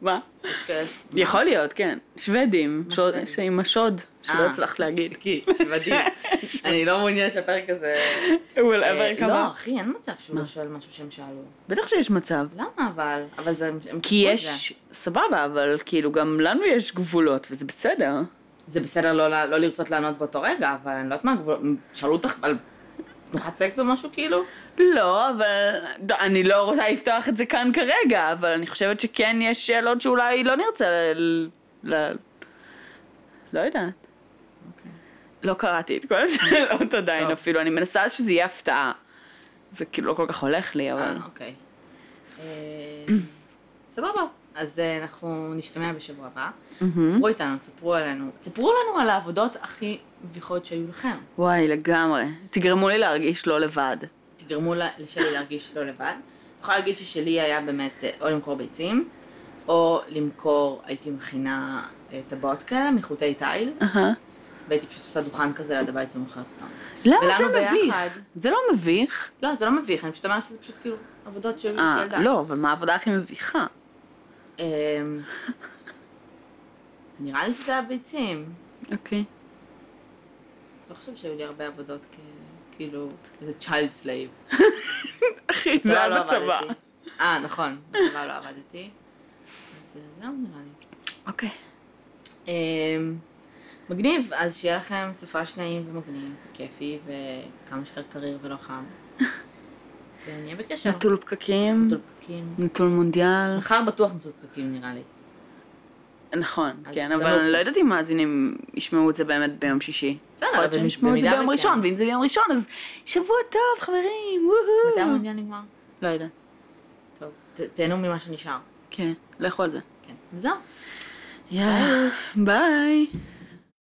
S2: מה?
S1: יש כאלה...
S2: יכול להיות, כן. שוודים,
S1: מה
S2: שוד-
S1: שוודים?
S2: שעם השוד, שלא
S1: אה,
S2: הצלחת להגיד.
S1: תפסיקי, שמדהים. אני לא מעוניין שהפרק הזה... אה,
S2: Whatever,
S1: לא,
S2: כמה.
S1: אחי, אין מצב שהוא
S2: מה?
S1: לא שואל משהו שהם שאלו.
S2: בטח שיש מצב.
S1: למה אבל? אבל זה... הם
S2: כי
S1: כתבו את
S2: יש, סבבה, אבל כאילו גם לנו יש גבולות, וזה בסדר.
S1: זה. זה בסדר לא ל- לא לרצות לענות באותו רגע, אבל אני לא יודעת מה, גבול- שאלו אותך על תנוחת סקס או משהו כאילו?
S2: לא, אבל ד- אני לא רוצה לפתוח את זה כאן כרגע, אבל אני חושבת שכן יש שאלות שאולי לא נרצה ל... ל... לא יודעת.
S1: אוקיי.
S2: לא קראתי את כל השאלות עדיין
S1: טוב.
S2: אפילו, אני מנסה שזה יהיה הפתעה. זה כאילו לא כל כך הולך לי, אבל...
S1: אה, אוקיי. אה, סבבה. אז אה, אנחנו נשתמע בשבוע הבא.
S2: מהמם.
S1: דברו איתנו, תספרו עלינו. תספרו לנו על העבודות הכי מביכות שהיו לכם.
S2: וואי, לגמרי. תגרמו לי להרגיש לא לבד.
S1: תגרמו לה- לשלי להרגיש לא לבד. אני יכולה להגיד ששלי היה באמת אה, או למכור ביצים, או למכור, הייתי מכינה אה, טבעות כאלה מחוטי תיל,
S2: אהה.
S1: והייתי פשוט עושה דוכן כזה ליד הבית ומוכרת אותם.
S2: למה זה
S1: ולנו ביחד-
S2: מביך? זה לא מביך.
S1: לא, זה לא מביך, אני פשוט אומרת שזה פשוט כאילו עבודות שהיו לי
S2: אה,
S1: כילדה.
S2: לא, אבל מה העבודה הכי מביכה?
S1: אמ, נראה לי שזה הביצים.
S2: אוקיי.
S1: לא חושב שהיו לי הרבה עבודות כ... כאילו, איזה child slave.
S2: אחי,
S1: בצבא לא עבדתי. אה, נכון, בצבא לא עבדתי. אז אה, זהו נראה לי.
S2: אוקיי.
S1: אמ, מגניב, אז שיהיה לכם סופה שניים ומגניב, כיפי, וכמה שיותר קריר ולא חם. ונהיה בקשר.
S2: נטול פקקים,
S1: נטול פקקים.
S2: נטול מונדיאל.
S1: מחר בטוח נטול פקקים נראה לי.
S2: נכון,
S1: אז
S2: כן,
S1: תבואו.
S2: אבל אני לא יודעת אם מאזינים ישמעו את זה באמת ביום שישי.
S1: בסדר,
S2: יכול להיות שהם ישמעו את זה ביום
S1: כן.
S2: ראשון, ואם זה ביום ראשון, אז שבוע טוב, חברים,
S1: מתי
S2: וואו.
S1: המונדיאל נגמר?
S2: לא יודעת,
S1: טוב, ת- תהנו ממה שנשאר.
S2: כן, לכו על זה.
S1: כן. וזהו.
S2: יאללה, ביי.